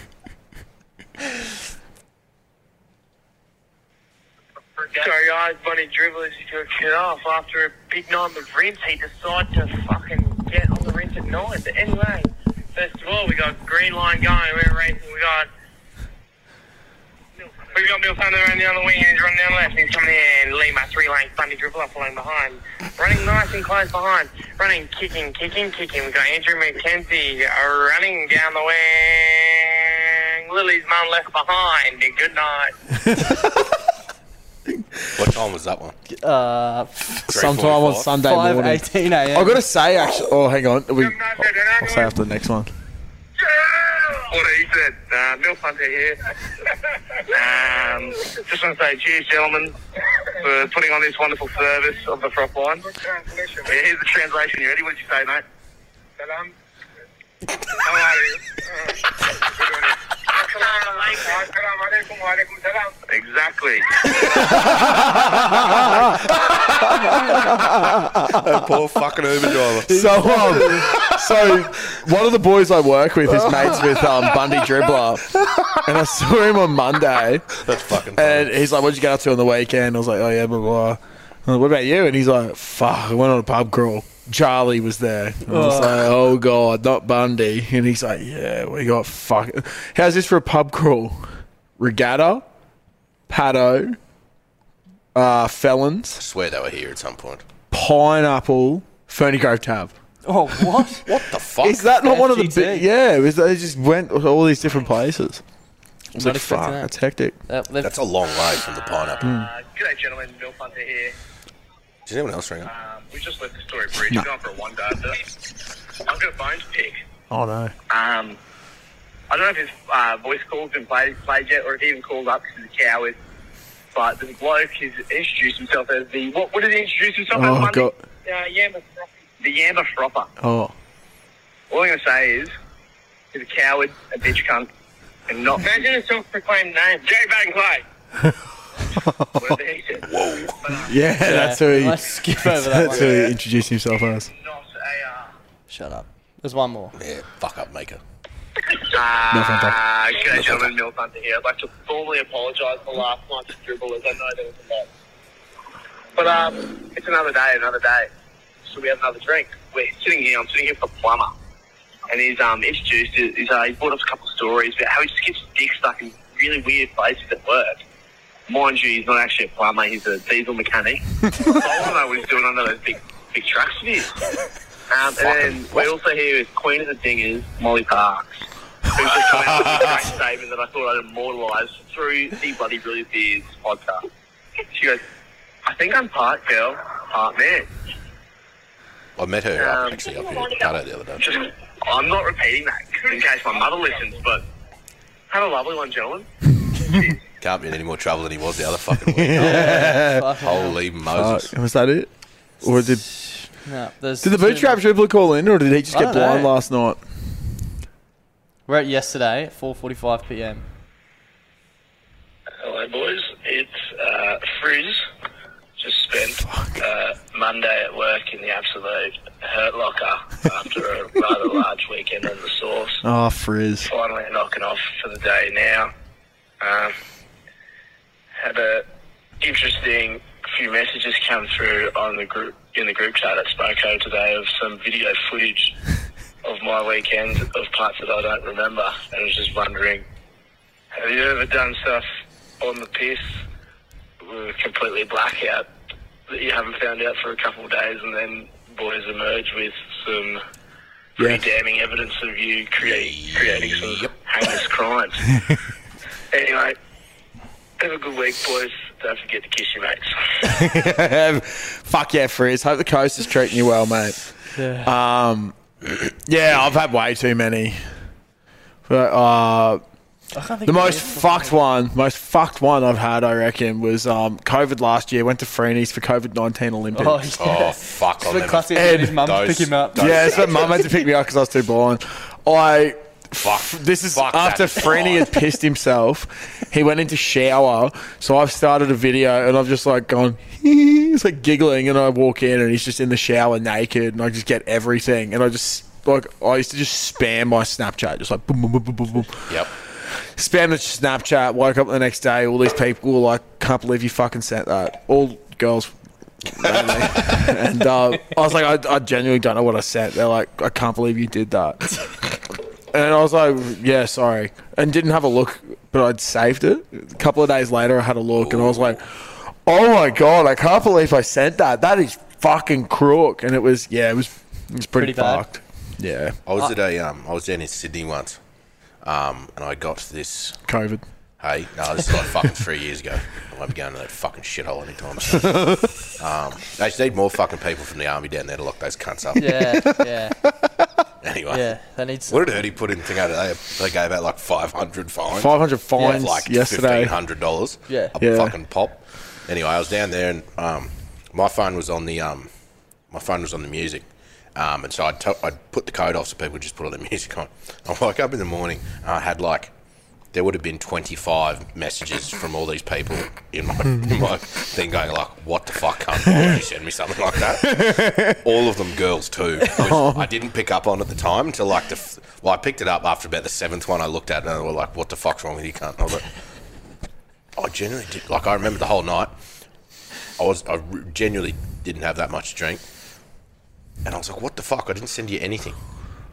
[SPEAKER 4] Sorry guys, Bundy Dribbler's just get off after a big night of rinse. He decided to fucking get on the rinse at night. But anyway, first of all, we got green line going. We're racing. We got we got Bill Thunder around the other wing. He's running down left. He's coming in. Lima three lane Bundy Dribbler following behind, running nice and close behind, running, kicking, kicking, kicking. We got Andrew McKenzie uh, running down the wing. Lily's mum left behind. Good night.
[SPEAKER 7] What time was that one?
[SPEAKER 2] Uh,
[SPEAKER 1] Sometime on Sunday morning.
[SPEAKER 2] 5:18 a.m.
[SPEAKER 1] I've got to say, actually. Oh, hang on. We, I'll say after the next one.
[SPEAKER 4] Jeez, what he said. Uh, Milf Hunter here. Um, just want to say cheers, gentlemen, for putting on this wonderful service of the froth line. Yeah, here's the translation. You ready? What did you say, mate? Salam. How are you? Exactly.
[SPEAKER 7] that poor fucking Uber driver.
[SPEAKER 1] So, um, so one of the boys I work with is mates with um, Bundy Dribbler, and I saw him on Monday.
[SPEAKER 7] That's fucking.
[SPEAKER 1] And he's like, "What'd you get up to on the weekend?" I was like, "Oh yeah, blah blah." I'm like, what about you? And he's like, "Fuck, I went on a pub crawl." Charlie was there. And I was
[SPEAKER 12] Oh.
[SPEAKER 1] like, "Oh god, not Bundy." And he's like, "Yeah, we got fuck. How's this for a pub crawl? Regatta, Pato, uh, Felons."
[SPEAKER 7] I swear they were here at some point.
[SPEAKER 1] pineapple Ferny Grove tab.
[SPEAKER 2] Oh, what?
[SPEAKER 7] what the fuck?
[SPEAKER 1] Is that not one of the big? Yeah, it was, they just went to all these different places. I was
[SPEAKER 7] Not
[SPEAKER 1] like,
[SPEAKER 7] expecting
[SPEAKER 1] fuck,
[SPEAKER 7] that.
[SPEAKER 1] that's hectic.
[SPEAKER 7] That's a long way from the pineapple.
[SPEAKER 2] Hmm.
[SPEAKER 1] Mm.
[SPEAKER 4] Uh, G'day, gentlemen. Milf Hunter here.
[SPEAKER 7] Did anyone else ring up?
[SPEAKER 4] Um, we just left the story brief.
[SPEAKER 7] No.
[SPEAKER 4] We're going for a one day. I've got a bone to pick.
[SPEAKER 1] Oh no.
[SPEAKER 4] Um, I don't know if his uh, voice call's been played, played yet, or if he even called up because he's a coward. But the bloke has introduced himself as the what? What did he introduce himself as?
[SPEAKER 1] Oh,
[SPEAKER 4] Monday?
[SPEAKER 1] God.
[SPEAKER 4] Uh, Yamba Fropper. The Yamba Fropper.
[SPEAKER 1] Oh,
[SPEAKER 4] All I'm gonna say is he's a coward, a bitch cunt, and not. Imagine a self-proclaimed name, Jay Bang Clay. Whatever he said. Whoa.
[SPEAKER 1] yeah, that's who he.
[SPEAKER 2] let's skip over that
[SPEAKER 1] that's
[SPEAKER 2] one.
[SPEAKER 1] who he
[SPEAKER 2] Yeah.
[SPEAKER 1] introduced himself as.
[SPEAKER 2] Shut up. There's one more.
[SPEAKER 7] Yeah, fuck up, maker.
[SPEAKER 4] Uh, g'day, gentlemen. Milk Hunter here. I'd like to formally apologise for last night's dribble, as I know there was a lot. But um, it's another day, another day. So we have another drink. We're sitting here. I'm sitting here with the plumber, and he's um introduced. He's uh, he brought up a couple of stories about how he just gets his dick stuck in really weird places at work. Mind you, he's not actually a plumber. He's a diesel mechanic. so I want to know what he's doing under those big big trucks of his. Um, and then we also hear his queen of the dingers, Molly Parks, who's just come out with a great statement that I thought I'd immortalise through the Bloody Brilliant Beers podcast. She goes, I think I'm part girl, part man.
[SPEAKER 7] I met her up
[SPEAKER 4] Um,
[SPEAKER 7] actually up here at Cardo the other day.
[SPEAKER 4] Just, I'm not repeating that in case my mother listens, but had a lovely one, gentlemen.
[SPEAKER 7] Can't be in any more trouble than he was the other fucking week.
[SPEAKER 1] Yeah. Fuck.
[SPEAKER 7] Holy Moses.
[SPEAKER 1] Fuck, Uh, was that it? Or did
[SPEAKER 2] No, there's
[SPEAKER 1] did the
[SPEAKER 2] two
[SPEAKER 1] bootstrap dribbler call in, or did he just
[SPEAKER 2] I
[SPEAKER 1] get
[SPEAKER 2] don't
[SPEAKER 1] blind
[SPEAKER 2] know.
[SPEAKER 1] last night?
[SPEAKER 2] We're at yesterday at 4:45 p.m.
[SPEAKER 4] Hello, boys. It's uh, Frizz. Just spent uh, Monday at work in the absolute hurt locker after a rather large weekend in the source.
[SPEAKER 1] Oh, frizz.
[SPEAKER 4] Finally knocking off for the day now. Um, had a interesting few messages come through on the group in the group chat at Smoco today of some video footage of my weekend of parts that I don't remember, and I was just wondering, have you ever done stuff on the piss, with a completely blackout that you haven't found out for a couple of days, and then boys emerge with some pretty damning evidence of you create, creating some heinous crimes. anyway, have a good week, boys. Don't forget to kiss your mates.
[SPEAKER 1] Fuck yeah, Frizz. Hope the coast is treating you well, mate. Yeah. Um, yeah, I've had way too many. But, uh,
[SPEAKER 2] I can't think
[SPEAKER 1] the
[SPEAKER 2] of
[SPEAKER 1] most
[SPEAKER 2] any off
[SPEAKER 1] fucked one, most fucked one I've had, I reckon, was um, COVID last year. Went to Freeney's for COVID nineteen Olympics.
[SPEAKER 2] Oh, yeah. Oh, fuck, It's I'll the never- classic, his mum Those- pick him up. those-
[SPEAKER 1] Yeah, it's my mum had to pick me up because I was too blind. I fuck. This is
[SPEAKER 12] Fuck
[SPEAKER 1] after
[SPEAKER 12] that.
[SPEAKER 1] Freeney had pissed himself. He went into shower, so I've started a video and I've just like gone. He's like giggling, and I walk in and he's just in the shower naked, and I just get everything, and I just like I used to just spam my Snapchat, just like boom, boom, boom, boom, boom, boom.
[SPEAKER 7] Yep.
[SPEAKER 1] Spam the Snapchat. Woke up the next day, all these people were like, "Can't believe you fucking sent that." All girls and uh, I was like, I, I genuinely don't know what I said. They're like, I can't believe you did that. And I was like, yeah, sorry. And didn't have a look, but I'd saved it. A couple of days later, I had a look and I was like, oh my God, I can't believe I sent that. That is fucking crook. And it was, yeah, it was, it was pretty, fucked. Yeah.
[SPEAKER 7] I was at a um I was down in Sydney once. Um and I got this
[SPEAKER 1] COVID.
[SPEAKER 7] Hey, no, this is like fucking three years ago. I won't be going to that fucking shithole anytime soon. um, they just need more fucking people from the army down there to lock those cunts up.
[SPEAKER 2] Yeah, yeah.
[SPEAKER 7] Anyway.
[SPEAKER 2] Yeah, that needs.
[SPEAKER 7] What did Ernie put in the thing out today? They gave out like 500 fines.
[SPEAKER 1] 500 fines
[SPEAKER 7] Like
[SPEAKER 1] yesterday.
[SPEAKER 7] $1,500.
[SPEAKER 2] Yeah.
[SPEAKER 7] A
[SPEAKER 1] Yeah.
[SPEAKER 7] fucking pop. Anyway, I was down there and um, my phone was on the um, my phone was on the music. Um, and so I'd, to- I'd put the code off so people could just put all their music on. I woke up in the morning and I had like, there would have been 25 messages from all these people in my, in my thing going like, what the fuck, can't you send me something like that? all of them girls too, which I didn't pick up on at the time until like the, f- well, I picked it up after about the seventh one I looked at it and they were like, what the fuck's wrong with you, cunt? And I was like, I Oh, genuinely did. Like, I remember the whole night. I was, I re- genuinely didn't have that much to drink. And I was like, what the fuck? I didn't send you anything.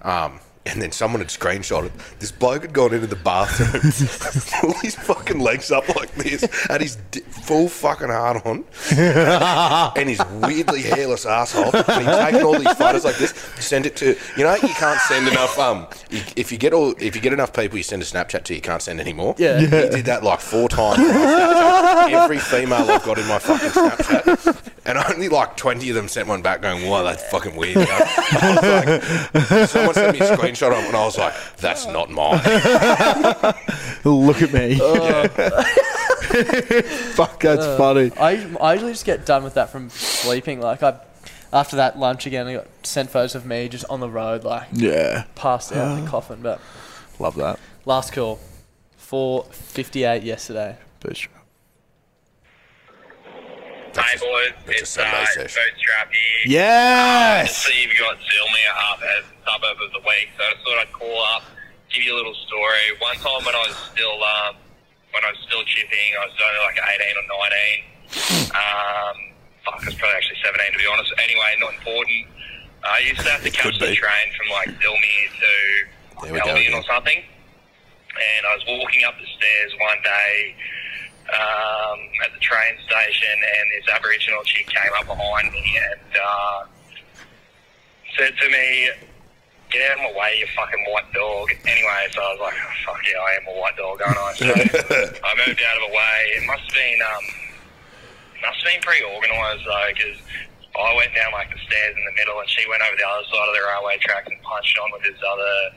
[SPEAKER 7] Um, and then someone had screenshot it. This bloke had gone into the bathroom, pulled his fucking legs up like this, had his di- full fucking heart on, and his weirdly hairless asshole. And he'd taken all these photos like this, send it to you know you can't send enough. Um, you, if you get all if you get enough people, you send a Snapchat to you can't send anymore.
[SPEAKER 2] Yeah.
[SPEAKER 7] he did that like four times. Every female I've got in my fucking Snapchat, and only like twenty of them sent one back going, "Wow, that's fucking weird." You know? I was like, someone sent me a screenshot of it, and I was like, "That's not mine."
[SPEAKER 1] Look at me. Fuck, that's
[SPEAKER 2] Uh,
[SPEAKER 1] funny.
[SPEAKER 2] I, I usually just get done with that from sleeping. Like I, after that lunch again, I got sent photos of me just on the road, like
[SPEAKER 1] Yeah.
[SPEAKER 2] passed out in the coffin. But
[SPEAKER 1] Love that.
[SPEAKER 2] last call, four fifty eight yesterday.
[SPEAKER 1] Bitch.
[SPEAKER 13] Hey boys, it's uh, Bootstrap here.
[SPEAKER 1] Yes!
[SPEAKER 13] Um, see, you've got Zilmia up as a suburb of the week, so I just thought I'd call up, give you a little story. One time when I was still um, when I was still chipping, I was only like 18 or 19. Um, fuck, I was probably actually 17 to be honest. Anyway, not important. Uh, I used to have to catch the train from like Zilmia to
[SPEAKER 7] There we go
[SPEAKER 13] Albion
[SPEAKER 7] again.
[SPEAKER 13] or something, and I was walking up the stairs one day um, at the train station, and this Aboriginal chick came up behind me and uh, said to me, "Get out of my way, you fucking white dog." Anyway, so I was like, oh, "Fuck yeah, I am a white dog, aren't I?" So I moved out of the way. It must have been um, must have been pretty organised though, because. I went down like the stairs in the middle, and she went over the other side of the railway tracks and punched on with this other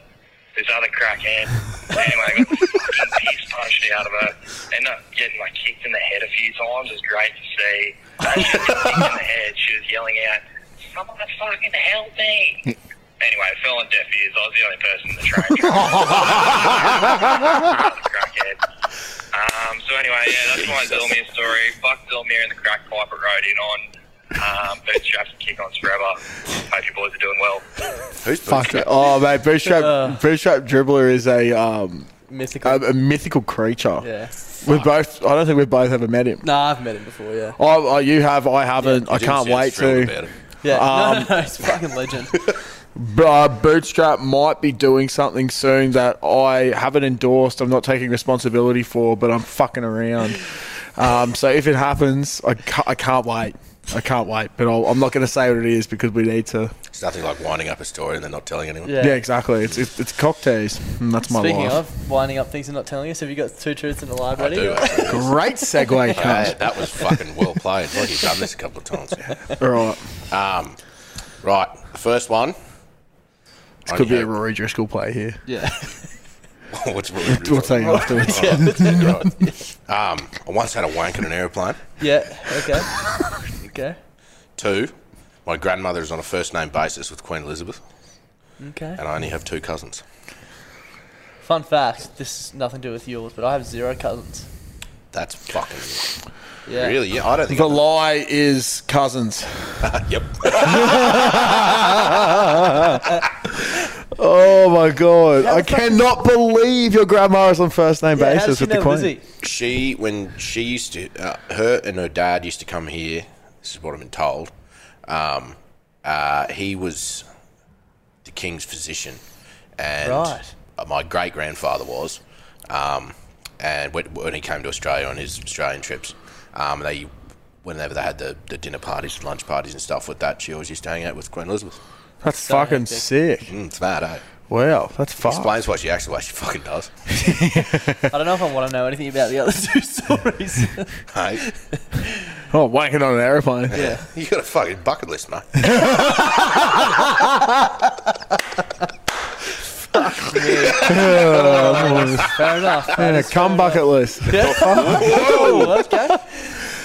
[SPEAKER 13] this other crackhead. Anyway, I got the fucking piece punched out of her. Ended up getting like kicked in the head a few times. It was great to see. But she was kicked in the head. She was yelling out, "Someone fucking help me!" Anyway, it fell on deaf ears. I was the only person in the train. crackhead. Um, so anyway, yeah, that's my Zilmir story. Fuck Zilmir and the crack pipe it rode in on. Um, bootstraps and kick-ons forever. Hope you boys are doing well.
[SPEAKER 7] Who's
[SPEAKER 1] Fuck it. Oh, mate. Bootstrap,
[SPEAKER 13] Uh.
[SPEAKER 1] Bootstrap Dribbler is a, um,
[SPEAKER 2] mythical.
[SPEAKER 1] a, a mythical creature.
[SPEAKER 2] Yeah.
[SPEAKER 1] We both, I don't think we've both ever met him.
[SPEAKER 2] No, I've met him before. Yeah.
[SPEAKER 1] Oh, oh, you have, I haven't.
[SPEAKER 2] Yeah.
[SPEAKER 1] I can't wait to.
[SPEAKER 2] Yeah.
[SPEAKER 1] Um,
[SPEAKER 2] no, no, no, he's a fucking legend.
[SPEAKER 1] B- uh, Bootstrap might be doing something soon that I haven't endorsed. I'm not taking responsibility for, but I'm fucking around. Um, so if it happens, I, ca- I can't wait. I can't wait. But I'll, I'm not going to say what it is because we need to.
[SPEAKER 7] It's nothing like winding up a story and then not telling anyone.
[SPEAKER 1] Yeah, exactly. It's it's, it's cocktails. And that's my
[SPEAKER 2] Speaking
[SPEAKER 1] life.
[SPEAKER 2] of winding up things and not telling us, have you got two truths and a lie, buddy?
[SPEAKER 7] do, actually.
[SPEAKER 1] Great segue,
[SPEAKER 7] Yeah,
[SPEAKER 1] cunt.
[SPEAKER 7] that was fucking well played. Like you've done this a couple of times.
[SPEAKER 1] All right.
[SPEAKER 7] Um, right, the first one.
[SPEAKER 1] This could be a Rory Driscoll play here.
[SPEAKER 2] Yeah.
[SPEAKER 7] What's
[SPEAKER 1] We'll tell you afterwards.
[SPEAKER 7] Yeah.
[SPEAKER 1] Yeah.
[SPEAKER 7] Um, I once had a wank in an aeroplane.
[SPEAKER 2] Yeah. Okay. okay.
[SPEAKER 7] Two, my grandmother is on a first name basis with Queen Elizabeth,
[SPEAKER 2] Okay.
[SPEAKER 7] and I only have two cousins.
[SPEAKER 2] Fun fact: This is nothing to do with yours, but I have zero cousins.
[SPEAKER 7] That's fucking
[SPEAKER 2] Yeah.
[SPEAKER 7] really. Yeah, I don't think
[SPEAKER 1] The lie is cousins.
[SPEAKER 7] yep.
[SPEAKER 1] oh my god! I cannot believe your grandma is on first name basis with the Queen.
[SPEAKER 7] She when she used to, uh, her and her dad used to come here. This is what I've been told. Um, uh, he was the king's physician, and
[SPEAKER 2] Right.
[SPEAKER 7] uh, my great grandfather was. Um, and when, when he came to Australia on his Australian trips, um, they whenever they had the, the dinner parties, lunch parties, and stuff with that, she always used to hang out with Queen Elizabeth.
[SPEAKER 1] That's fucking sick.
[SPEAKER 7] Mm, it's mad, eh?
[SPEAKER 1] Wow, that's fucked.
[SPEAKER 7] Explains why she acts the way she fucking does.
[SPEAKER 2] I don't know if I want to know anything about the other two stories.
[SPEAKER 7] Hey,
[SPEAKER 1] Oh, wanking on an aeroplane.
[SPEAKER 7] you got a fucking bucket list, mate. Fair enough.
[SPEAKER 1] And a cum bucket list.
[SPEAKER 7] okay.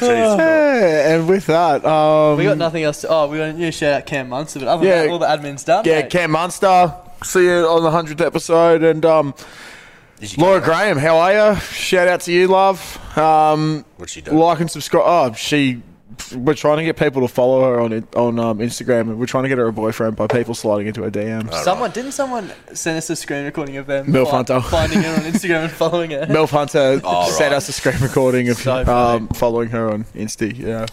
[SPEAKER 1] Hey, and with that, um,
[SPEAKER 7] we got nothing else to. Oh, we got a new shout out Cam Munster, but other than that, all the admin's done.
[SPEAKER 1] Yeah,
[SPEAKER 7] mate.
[SPEAKER 1] Cam Munster. See you on the hundredth episode, and um, Laura Graham. How are you? Shout out to you, love. Um,
[SPEAKER 14] What's she
[SPEAKER 1] doing? Like and subscribe. Oh, she. We're trying to get people to follow her on it- on um, Instagram, and we're trying to get her a boyfriend by people sliding into her DMs.
[SPEAKER 7] Someone didn't someone send us a screen recording of them
[SPEAKER 1] Milf
[SPEAKER 7] fi-
[SPEAKER 1] Hunter.
[SPEAKER 7] finding her on Instagram and following her.
[SPEAKER 1] Melf Hunter sent us a screen recording of
[SPEAKER 7] So
[SPEAKER 1] um, following her on Insta. Yeah.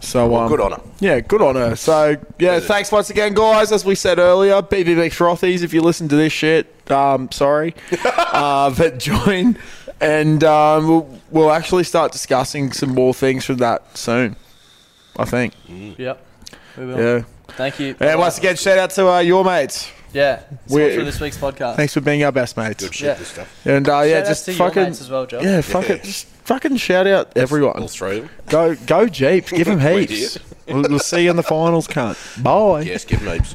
[SPEAKER 1] So um,
[SPEAKER 7] good on her.
[SPEAKER 1] Yeah, good on her. So yeah, thanks once again, guys. As we said earlier, BBB frothies. If you listen to this shit, um, sorry, uh, but join, and um, we'll, we'll actually start discussing some more things from that soon. I think.
[SPEAKER 7] Yep. We will.
[SPEAKER 1] Yeah.
[SPEAKER 7] Thank you.
[SPEAKER 1] And once again, shout out to uh, your mates.
[SPEAKER 7] Yeah.
[SPEAKER 1] We're-
[SPEAKER 7] We're, for this week's podcast.
[SPEAKER 1] Thanks for being our best mates.
[SPEAKER 7] Good shit, Yeah. this stuff.
[SPEAKER 1] And uh, yeah,
[SPEAKER 7] Shout out
[SPEAKER 1] just
[SPEAKER 7] to your
[SPEAKER 1] fucking
[SPEAKER 7] mates as well, Joel.
[SPEAKER 1] Yeah, fuck
[SPEAKER 7] Yeah.
[SPEAKER 1] it. Just fucking shout out everyone.
[SPEAKER 14] All three of them.
[SPEAKER 1] Go, go Jeeps. Give them
[SPEAKER 14] We
[SPEAKER 1] heaps.
[SPEAKER 14] did.
[SPEAKER 1] we'll, we'll see you in the finals, cunt. Bye.
[SPEAKER 14] Yes, give them heaps.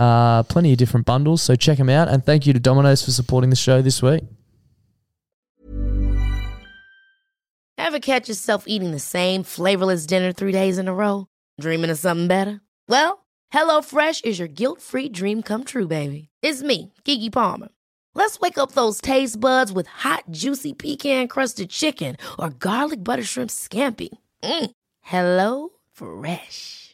[SPEAKER 2] Uh, plenty of different bundles, so check them out. And thank you to Domino's for supporting the show this week.
[SPEAKER 15] Ever catch yourself eating the same flavorless dinner three days in a row? Dreaming of something better? Well, HelloFresh is your guilt-free dream come true, baby. It's me, Kiki Palmer. Let's wake up those taste buds with hot, juicy pecan-crusted chicken or garlic butter shrimp scampi. Mm. Hello Fresh.